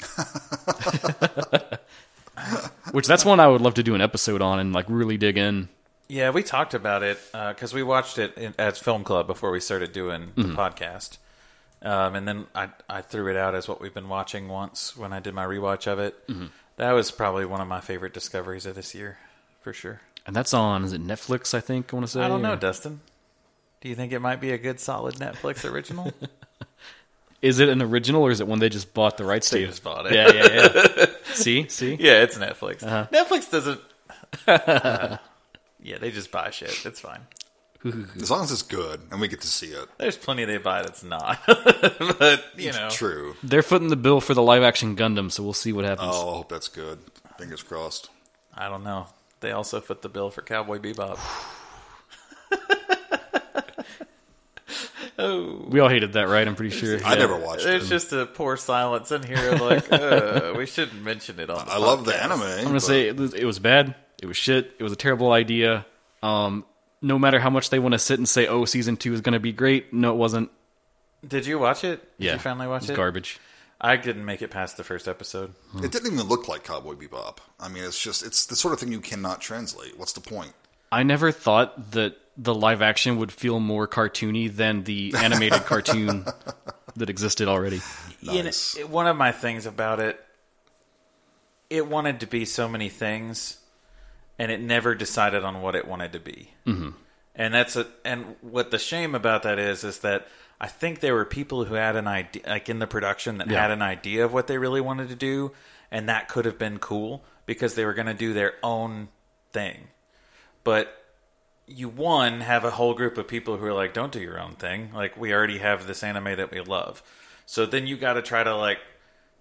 Speaker 1: Which that's one I would love to do an episode on and like really dig in.
Speaker 3: Yeah, we talked about it because we watched it in, at Film Club before we started doing the podcast, um, and then I I threw it out as what we've been watching once when I did my rewatch of it. That was probably one of my favorite discoveries of this year, for sure.
Speaker 1: And that's on is it Netflix? I think I want to say.
Speaker 3: I don't know,
Speaker 1: or-
Speaker 3: Dustin. Do you think it might be a good solid Netflix original?
Speaker 1: Is it an original or is it one they just bought the rights
Speaker 3: they
Speaker 1: to?
Speaker 3: just bought it. Uh-huh.
Speaker 1: Yeah, yeah, yeah. see, see.
Speaker 3: Yeah, it's Uh, Netflix. Netflix doesn't. yeah, they just buy shit. It's fine.
Speaker 2: As long as it's good and we get to see it.
Speaker 3: There's plenty they buy that's not, but you know,
Speaker 2: True.
Speaker 1: They're footing the bill for the live action Gundam, so we'll see what happens.
Speaker 2: Oh, I hope that's good. Fingers crossed.
Speaker 3: I don't know. They also foot the bill for Cowboy Bebop. oh,
Speaker 1: We all hated that, right? I'm pretty sure. Yeah.
Speaker 2: I never watched it.
Speaker 3: there's just a poor silence in here. Like uh, we shouldn't mention it on. The
Speaker 2: I love the
Speaker 3: podcast.
Speaker 2: anime.
Speaker 1: I'm gonna say it was, it was bad. It was shit. It was a terrible idea. Um, no matter how much they want to sit and say, "Oh, season two is gonna be great," no, it wasn't.
Speaker 3: Did you watch it?
Speaker 1: Yeah,
Speaker 3: Did you finally
Speaker 1: It
Speaker 3: watch
Speaker 1: was
Speaker 3: it?
Speaker 1: Garbage.
Speaker 3: I didn't make it past the first episode.
Speaker 2: It didn't even look like Cowboy Bebop. I mean, it's just it's the sort of thing you cannot translate. What's the point?
Speaker 1: I never thought that the live action would feel more cartoony than the animated cartoon that existed already.
Speaker 3: You know,
Speaker 2: Nice.
Speaker 3: it- one of my things about it, it wanted to be so many things, and it never decided on what it wanted to be. Mm-hmm. And that's a and what the shame about that is is that I think there were people who had an idea, like in the production, that
Speaker 1: Yeah.
Speaker 3: had an idea of what they really wanted to do, and that could have been cool because they were going to do their own thing. But you one have a whole group of people who are like don't do your own thing like we already have this anime that we love so then you got to try to like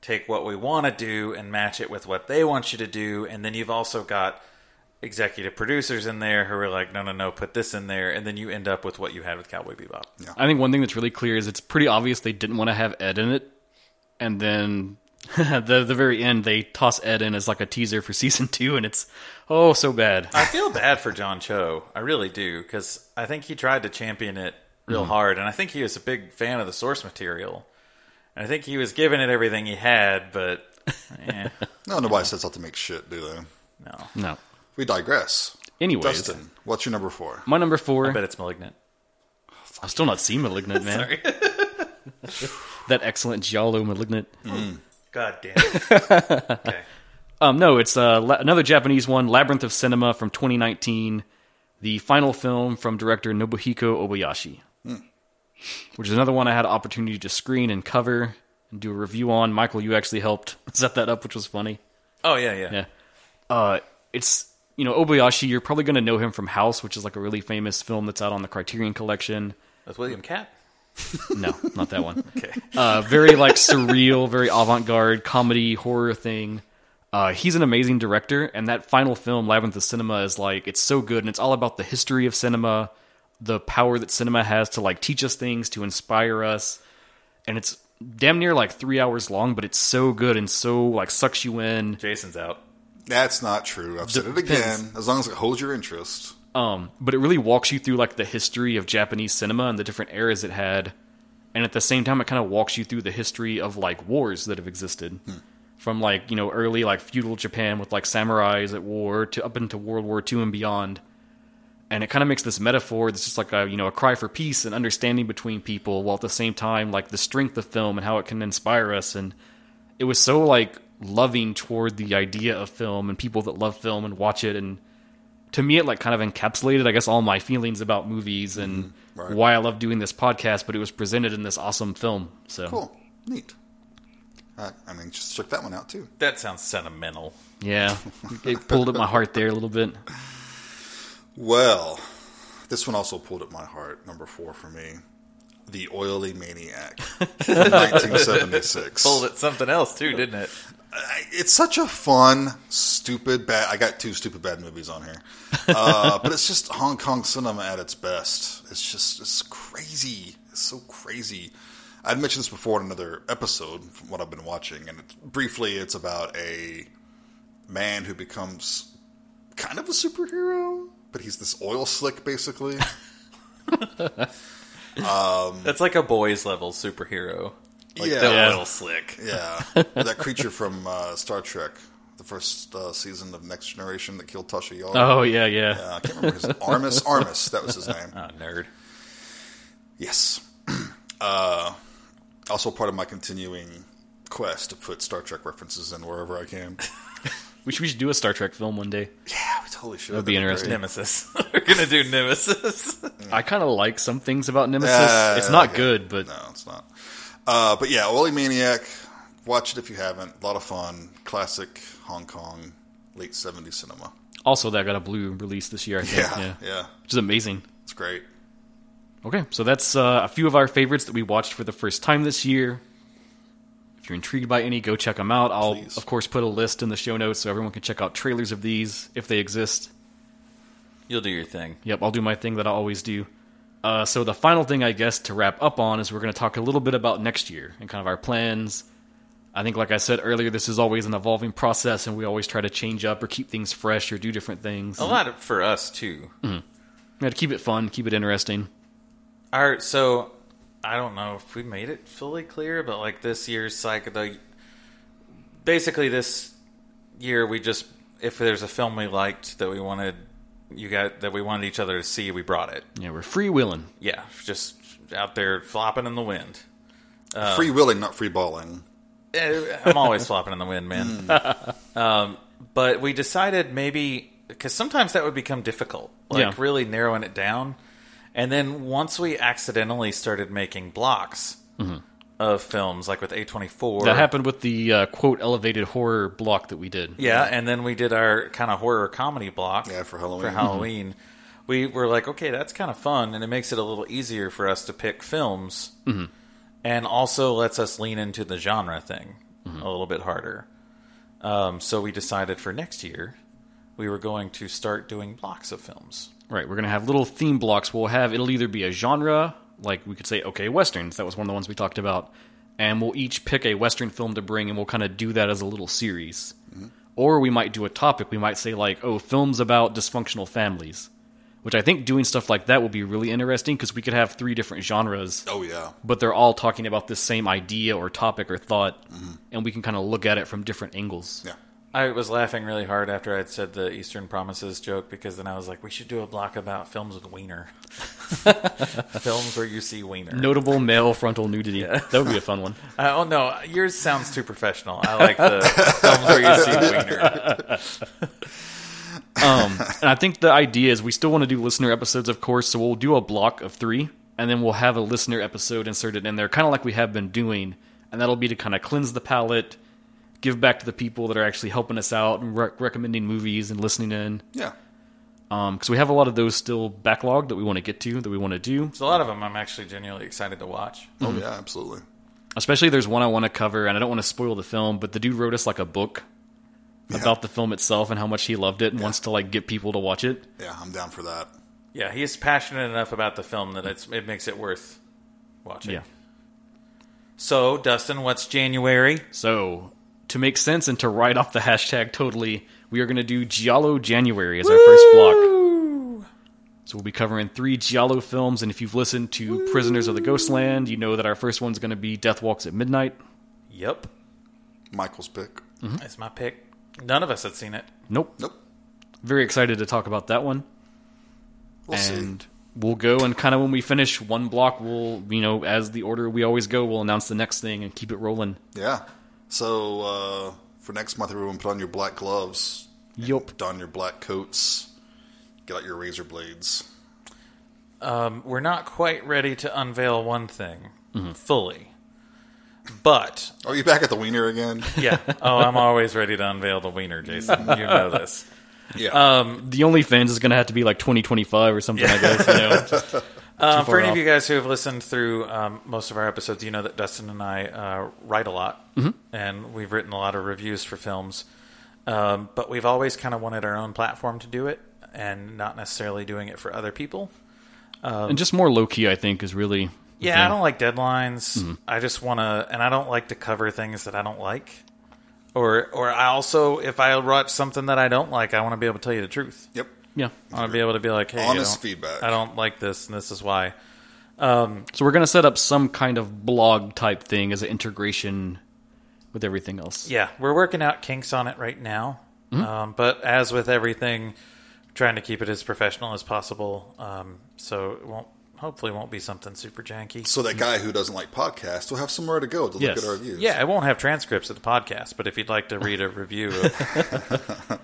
Speaker 3: take what we want to do and match it with what they want you to do and then you've also got executive producers in there who are like no no no put this in there and then you end up with what you had with cowboy bebop
Speaker 1: I think one thing that's really clear is it's pretty obvious they didn't want to have Ed in it, and then at the the very end they toss Ed in as like a teaser for season two, and it's oh so bad.
Speaker 3: i feel bad for john cho i really do because i think he tried to champion it real hard and i think he was a big fan of the source material and i think he was giving it everything he had but eh,
Speaker 2: No, nobody sets out to make shit, do they?
Speaker 3: no
Speaker 1: No.
Speaker 2: We digress.
Speaker 1: Anyways,
Speaker 2: Dustin, what's your number four?
Speaker 1: my number four.
Speaker 3: I bet it's malignant.
Speaker 1: I've still not seen Malignant, man. that excellent Giallo Malignant.
Speaker 3: God damn it. okay.
Speaker 1: Um, no, it's uh, la- another Japanese one, Labyrinth of Cinema from 2019, the final film from director Nobuhiko Obayashi, which is another one I had an opportunity to screen and cover and do a review on. Michael, you actually helped set that up, which was funny.
Speaker 3: Oh yeah, yeah.
Speaker 1: Yeah. Uh, it's you know Obayashi. You're probably going to know him from House, which is like a really famous film that's out on the Criterion Collection.
Speaker 3: That's William Cat.
Speaker 1: No, not that one.
Speaker 3: Okay.
Speaker 1: uh, very like surreal, very avant-garde comedy horror thing. Uh, he's an amazing director, and that final film, Labyrinth of Cinema, is like it's so good, and it's all about the history of cinema, the power that cinema has to like teach us things, to inspire us, and it's damn near like three hours long, but it's so good and so like sucks you in.
Speaker 3: Jason's out.
Speaker 2: That's not true. I've said it
Speaker 1: Depends.
Speaker 2: again. As long as it holds your interest.
Speaker 1: Um, but it really walks you through like the history of Japanese cinema and the different eras it had, and at the same time, it kind of walks you through the history of like wars that have existed, from like you know early like feudal Japan with like samurais at war to up into World War II and beyond, and it kind of makes this metaphor that's just like a you know a cry for peace and understanding between people, while at the same time like the strength of film and how it can inspire us, and it was so like loving toward the idea of film and people that love film and watch it and to me it like kind of encapsulated i guess all my feelings about movies and
Speaker 2: right.
Speaker 1: why i love doing this podcast but it was presented in this awesome film so
Speaker 2: Cool. Neat. Uh, I mean, just check that one out, too.
Speaker 3: That sounds sentimental.
Speaker 1: yeah it pulled at my heart there a little bit
Speaker 2: Well, this one also pulled at my heart, number four for me. The Oily Maniac, from 1976.
Speaker 3: Pulled at something else too, didn't it?
Speaker 2: I- it's such a fun, stupid, bad. I got two stupid bad movies on here, uh, but it's just Hong Kong cinema at its best. It's just it's crazy. It's so crazy. I'd mentioned this before in another episode from what I've been watching, and it's, briefly, it's about a man who becomes kind of a superhero, but he's this oil slick, basically.
Speaker 3: That's like a boys level superhero. Like
Speaker 2: Yeah.
Speaker 3: the
Speaker 2: Yeah.
Speaker 3: little slick.
Speaker 2: yeah, that creature from uh, Star Trek, the first uh, season of Next Generation that killed Tasha Yar.
Speaker 1: oh yeah yeah
Speaker 2: Uh, I can't remember his Armus. Armus, that was his name.
Speaker 3: Oh, nerd.
Speaker 2: Yes. uh, also part of my continuing quest to put Star Trek references in wherever I can.
Speaker 1: we should, we should do a star trek film one day
Speaker 2: Yeah, we totally should.
Speaker 1: That'd be interesting.
Speaker 3: Nemesis. We're gonna do Nemesis.
Speaker 1: i kind of like some things about nemesis
Speaker 2: Uh,
Speaker 1: it's not
Speaker 2: okay.
Speaker 1: good but
Speaker 2: No, it's not. Uh, but yeah, Oily Maniac. Watch it if you haven't. A lot of fun. Classic Hong Kong late 70s cinema.
Speaker 1: also that got a blue release this year i think
Speaker 2: Yeah,
Speaker 1: yeah,
Speaker 2: yeah.
Speaker 1: which is amazing
Speaker 2: It's great.
Speaker 1: Okay, so that's uh, a few of our favorites that we watched for the first time this year. If you're intrigued by any, go check them out. I'll,
Speaker 2: Please.
Speaker 1: of course, put a list in the show notes so everyone can check out trailers of these if they exist.
Speaker 3: You'll do your thing.
Speaker 1: Yep, I'll do my thing that I always do. Uh, so the final thing I guess to wrap up on is we're going to talk a little bit about next year and kind of our plans. I think, like I said earlier, this is always an evolving process, and we always try to change up or keep things fresh or do different things.
Speaker 3: A lot for us too.
Speaker 1: Yeah, to keep it fun, keep it interesting.
Speaker 3: All right, so I don't know if we made it fully clear, but like this year's cycle, the basically this year we just if there's a film we liked that we wanted you got that we wanted each other to see, we brought it.
Speaker 1: Yeah, we're freewheeling.
Speaker 3: Yeah, just out there flopping in the wind.
Speaker 1: Um,
Speaker 2: free willing, not free balling.
Speaker 3: Eh, I'm always flopping in the wind, man. um,
Speaker 1: Hmm.
Speaker 3: but we decided maybe because sometimes that would become difficult, like
Speaker 1: Yeah.
Speaker 3: really narrowing it down. And then once we accidentally started making blocks of films, like with A24,
Speaker 1: Mm-hmm. That happened with the uh, quote elevated horror block that we did.
Speaker 3: Yeah, and then we did our kind of horror comedy block.
Speaker 2: Yeah, for Halloween. Mm-hmm.
Speaker 3: For Halloween, we were like, okay, that's kind of fun, and it makes it a little easier for us to pick films,
Speaker 2: Mm-hmm.
Speaker 3: and also lets us lean into the genre thing
Speaker 2: Mm-hmm.
Speaker 3: a little bit harder. Um, so we decided for next year, we were going to start doing blocks of films.
Speaker 1: Right, we're gonna have little theme blocks. We'll have it'll either be a genre, like we could say, okay, westerns. That was one of the ones we talked about, and we'll each pick a western film to bring, and we'll kind of do that as a little series. Or we might do a topic. We might say like, oh, films about dysfunctional families, which I think doing stuff like that will be really interesting because we could have three different genres,
Speaker 2: Oh yeah,
Speaker 1: but they're all talking about this same idea or topic or thought, and we can kind of look at it from different angles.
Speaker 2: yeah.
Speaker 3: I was laughing really hard after I'd said the Eastern Promises joke because then I was like, we should do a block about films with wiener, films where you see wiener.
Speaker 1: Notable male frontal nudity. That would be a fun one.
Speaker 3: Uh, oh no, yours sounds too professional. I like the films where you see wiener.
Speaker 1: Um, And I think the idea is we still want to do listener episodes, of course, so we'll do a block of three, and then we'll have a listener episode inserted in there, kind of like we have been doing, and that'll be to kind of cleanse the palate, give back to the people that are actually helping us out and rec recommending movies and listening in,
Speaker 2: Yeah.
Speaker 1: because we have a lot of those still backlogged that we want to get to, that we want to do.
Speaker 3: So a lot of them I'm actually genuinely excited to watch.
Speaker 1: Mm-hmm.
Speaker 2: Oh yeah, absolutely.
Speaker 1: Especially there's one I want to cover, and I don't want to spoil the film, but the dude wrote us like a book about the film itself and how much he loved it and wants to like get people to watch it.
Speaker 2: Yeah, I'm down for that.
Speaker 3: Yeah, he's passionate enough about the film that it's it makes it worth watching.
Speaker 1: Yeah.
Speaker 3: So Dustin, what's January?
Speaker 1: So, to make sense and to write off the hashtag totally, we are going to do Giallo January as our first block. So, we'll be covering three Giallo films, and if you've listened to Prisoners of the Ghostland, you know that our first one's going to be Death Walks at Midnight.
Speaker 3: Yep,
Speaker 2: Michael's pick.
Speaker 3: that's my pick. None of us had seen it.
Speaker 1: Nope.
Speaker 2: Nope.
Speaker 1: Very excited to talk about that one.
Speaker 2: We'll
Speaker 1: and we'll go and kind of when we finish one block, we'll, you know, as the order we always go, we'll announce the next thing and keep it rolling.
Speaker 2: see. Yeah. So uh, for next month, everyone put on your black gloves,
Speaker 1: Yup.
Speaker 2: don your black coats, get out your razor blades.
Speaker 3: Um, we're not quite ready to unveil one thing fully, but
Speaker 2: Are you back at the wiener again?
Speaker 3: yeah. oh, I'm always ready to unveil the wiener, Jason. You know this.
Speaker 2: Yeah.
Speaker 1: The OnlyFans is going to have to be like 2025 or something, I guess, you know.
Speaker 3: Um, for
Speaker 1: far
Speaker 3: any
Speaker 1: off.
Speaker 3: of you guys who have listened through um, most of our episodes, you know that Dustin and I uh, write a lot, and we've written a lot of reviews for films. Um, but we've always kind of wanted our own platform to do it, and not necessarily doing it for other people.
Speaker 1: and just more low key, I think, is really. the
Speaker 3: Yeah,
Speaker 1: thing.
Speaker 3: I don't like deadlines. I just want to, and I don't like to cover things that I don't like, or or I also, if I watch something that I don't like, I want to be able to tell you the truth.
Speaker 2: yep.
Speaker 1: Yeah.
Speaker 3: I want to be able to be like, hey, you
Speaker 2: Honest
Speaker 3: know,
Speaker 2: feedback.
Speaker 3: I don't like this, and this is why.
Speaker 1: So we're going to set up some kind of blog type thing as an integration with everything else.
Speaker 3: Yeah, we're working out kinks on it right now. Um, but as with everything, trying to keep it as professional as possible. Um, so it won't hopefully won't be something super janky.
Speaker 2: So that guy who doesn't like podcasts will have somewhere to go to look
Speaker 1: Yes.
Speaker 2: at our reviews.
Speaker 3: Yeah, I won't have transcripts of the podcast, but if you'd like to read a review, of,
Speaker 1: And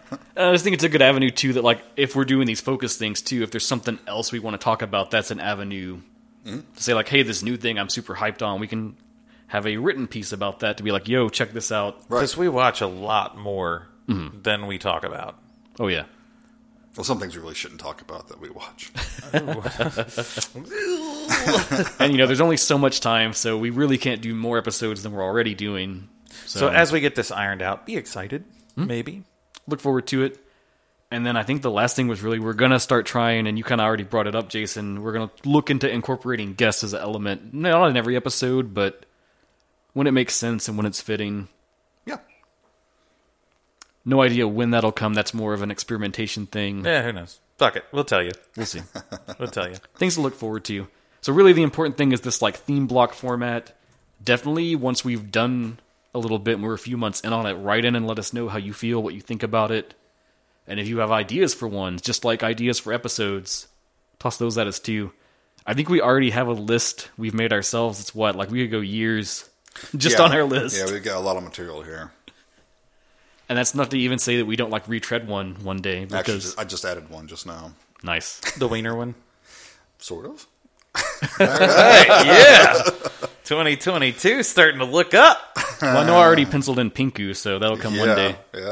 Speaker 1: Uh, I just think it's a good avenue, too, that, like, if we're doing these focus things, too, if there's something else we want to talk about, that's an avenue to say, like, hey, this new thing I'm super hyped on. We can have a written piece about that to be like, yo, check this out.
Speaker 3: because we watch a lot more than we talk about.
Speaker 1: Oh, yeah.
Speaker 2: Well, some things we really shouldn't talk about that we watch.
Speaker 1: And you know, there's only so much time, so we really can't do more episodes than we're already doing. So,
Speaker 3: So as we get this ironed out, be excited, maybe.
Speaker 1: look forward to it. And then I think the last thing was really we're gonna start trying, and you kind of already brought it up, Jason. We're gonna look into incorporating guests as an element, not in every episode, but when it makes sense and when it's fitting.
Speaker 2: yeah.
Speaker 1: No idea when that'll come. That's more of an experimentation thing.
Speaker 3: Yeah, who knows? Fuck it, we'll tell you.
Speaker 1: We'll see.
Speaker 3: We'll tell you.
Speaker 1: things to look forward to. So really the important thing is this like theme block format. Definitely once we've done a little bit and we're a few months in on it, write in and let us know how you feel, what you think about it. And if you have ideas for ones, just like ideas for episodes, toss those at us too. I think we already have a list we've made ourselves. It's what, like we could go years just
Speaker 2: Yeah.
Speaker 1: on our list.
Speaker 2: Yeah, we got a lot of material here.
Speaker 1: And that's not to even say that we don't like retread one one day because
Speaker 2: Actually, just- I just added one just now.
Speaker 1: nice.
Speaker 3: The wiener one.
Speaker 2: Sort of.
Speaker 3: yeah. 2022 's starting to look up.
Speaker 1: Well, I know I already penciled in Pinku, so that'll come
Speaker 2: yeah,
Speaker 1: one day.
Speaker 2: Yeah.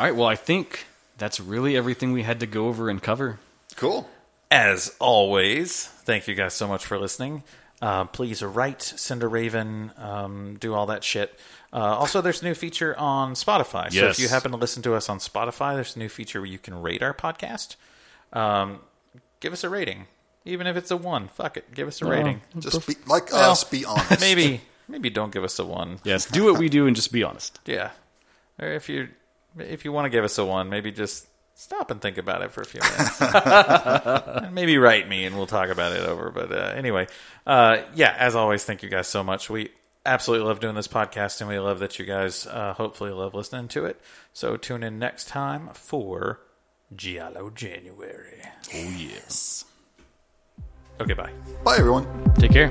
Speaker 1: All right. Well, I think that's really everything we had to go over and cover.
Speaker 2: Cool.
Speaker 3: As always, thank you guys so much for listening. Uh, please write, send a raven, um, do all that shit. Uh, also, there's a new feature on Spotify. So
Speaker 1: Yes.
Speaker 3: if you happen to listen to us on Spotify, there's a new feature where you can rate our podcast. Um, give us a rating, even if it's a one. Fuck it, give us a rating.
Speaker 2: Just be like
Speaker 3: Well,
Speaker 2: us. Be honest.
Speaker 3: Maybe, maybe don't give us a one.
Speaker 1: Yes. Do what we do and just be honest.
Speaker 3: Yeah. Or if you if you want to give us a one, maybe just stop and think about it for a few minutes. And maybe write me and we'll talk about it over. But uh, anyway, uh, yeah, as always, thank you guys so much. We absolutely love doing this podcast and we love that you guys uh, hopefully love listening to it. So tune in next time for Giallo January.
Speaker 1: Oh yes.
Speaker 3: Okay, bye.
Speaker 2: Bye, everyone.
Speaker 1: Take care.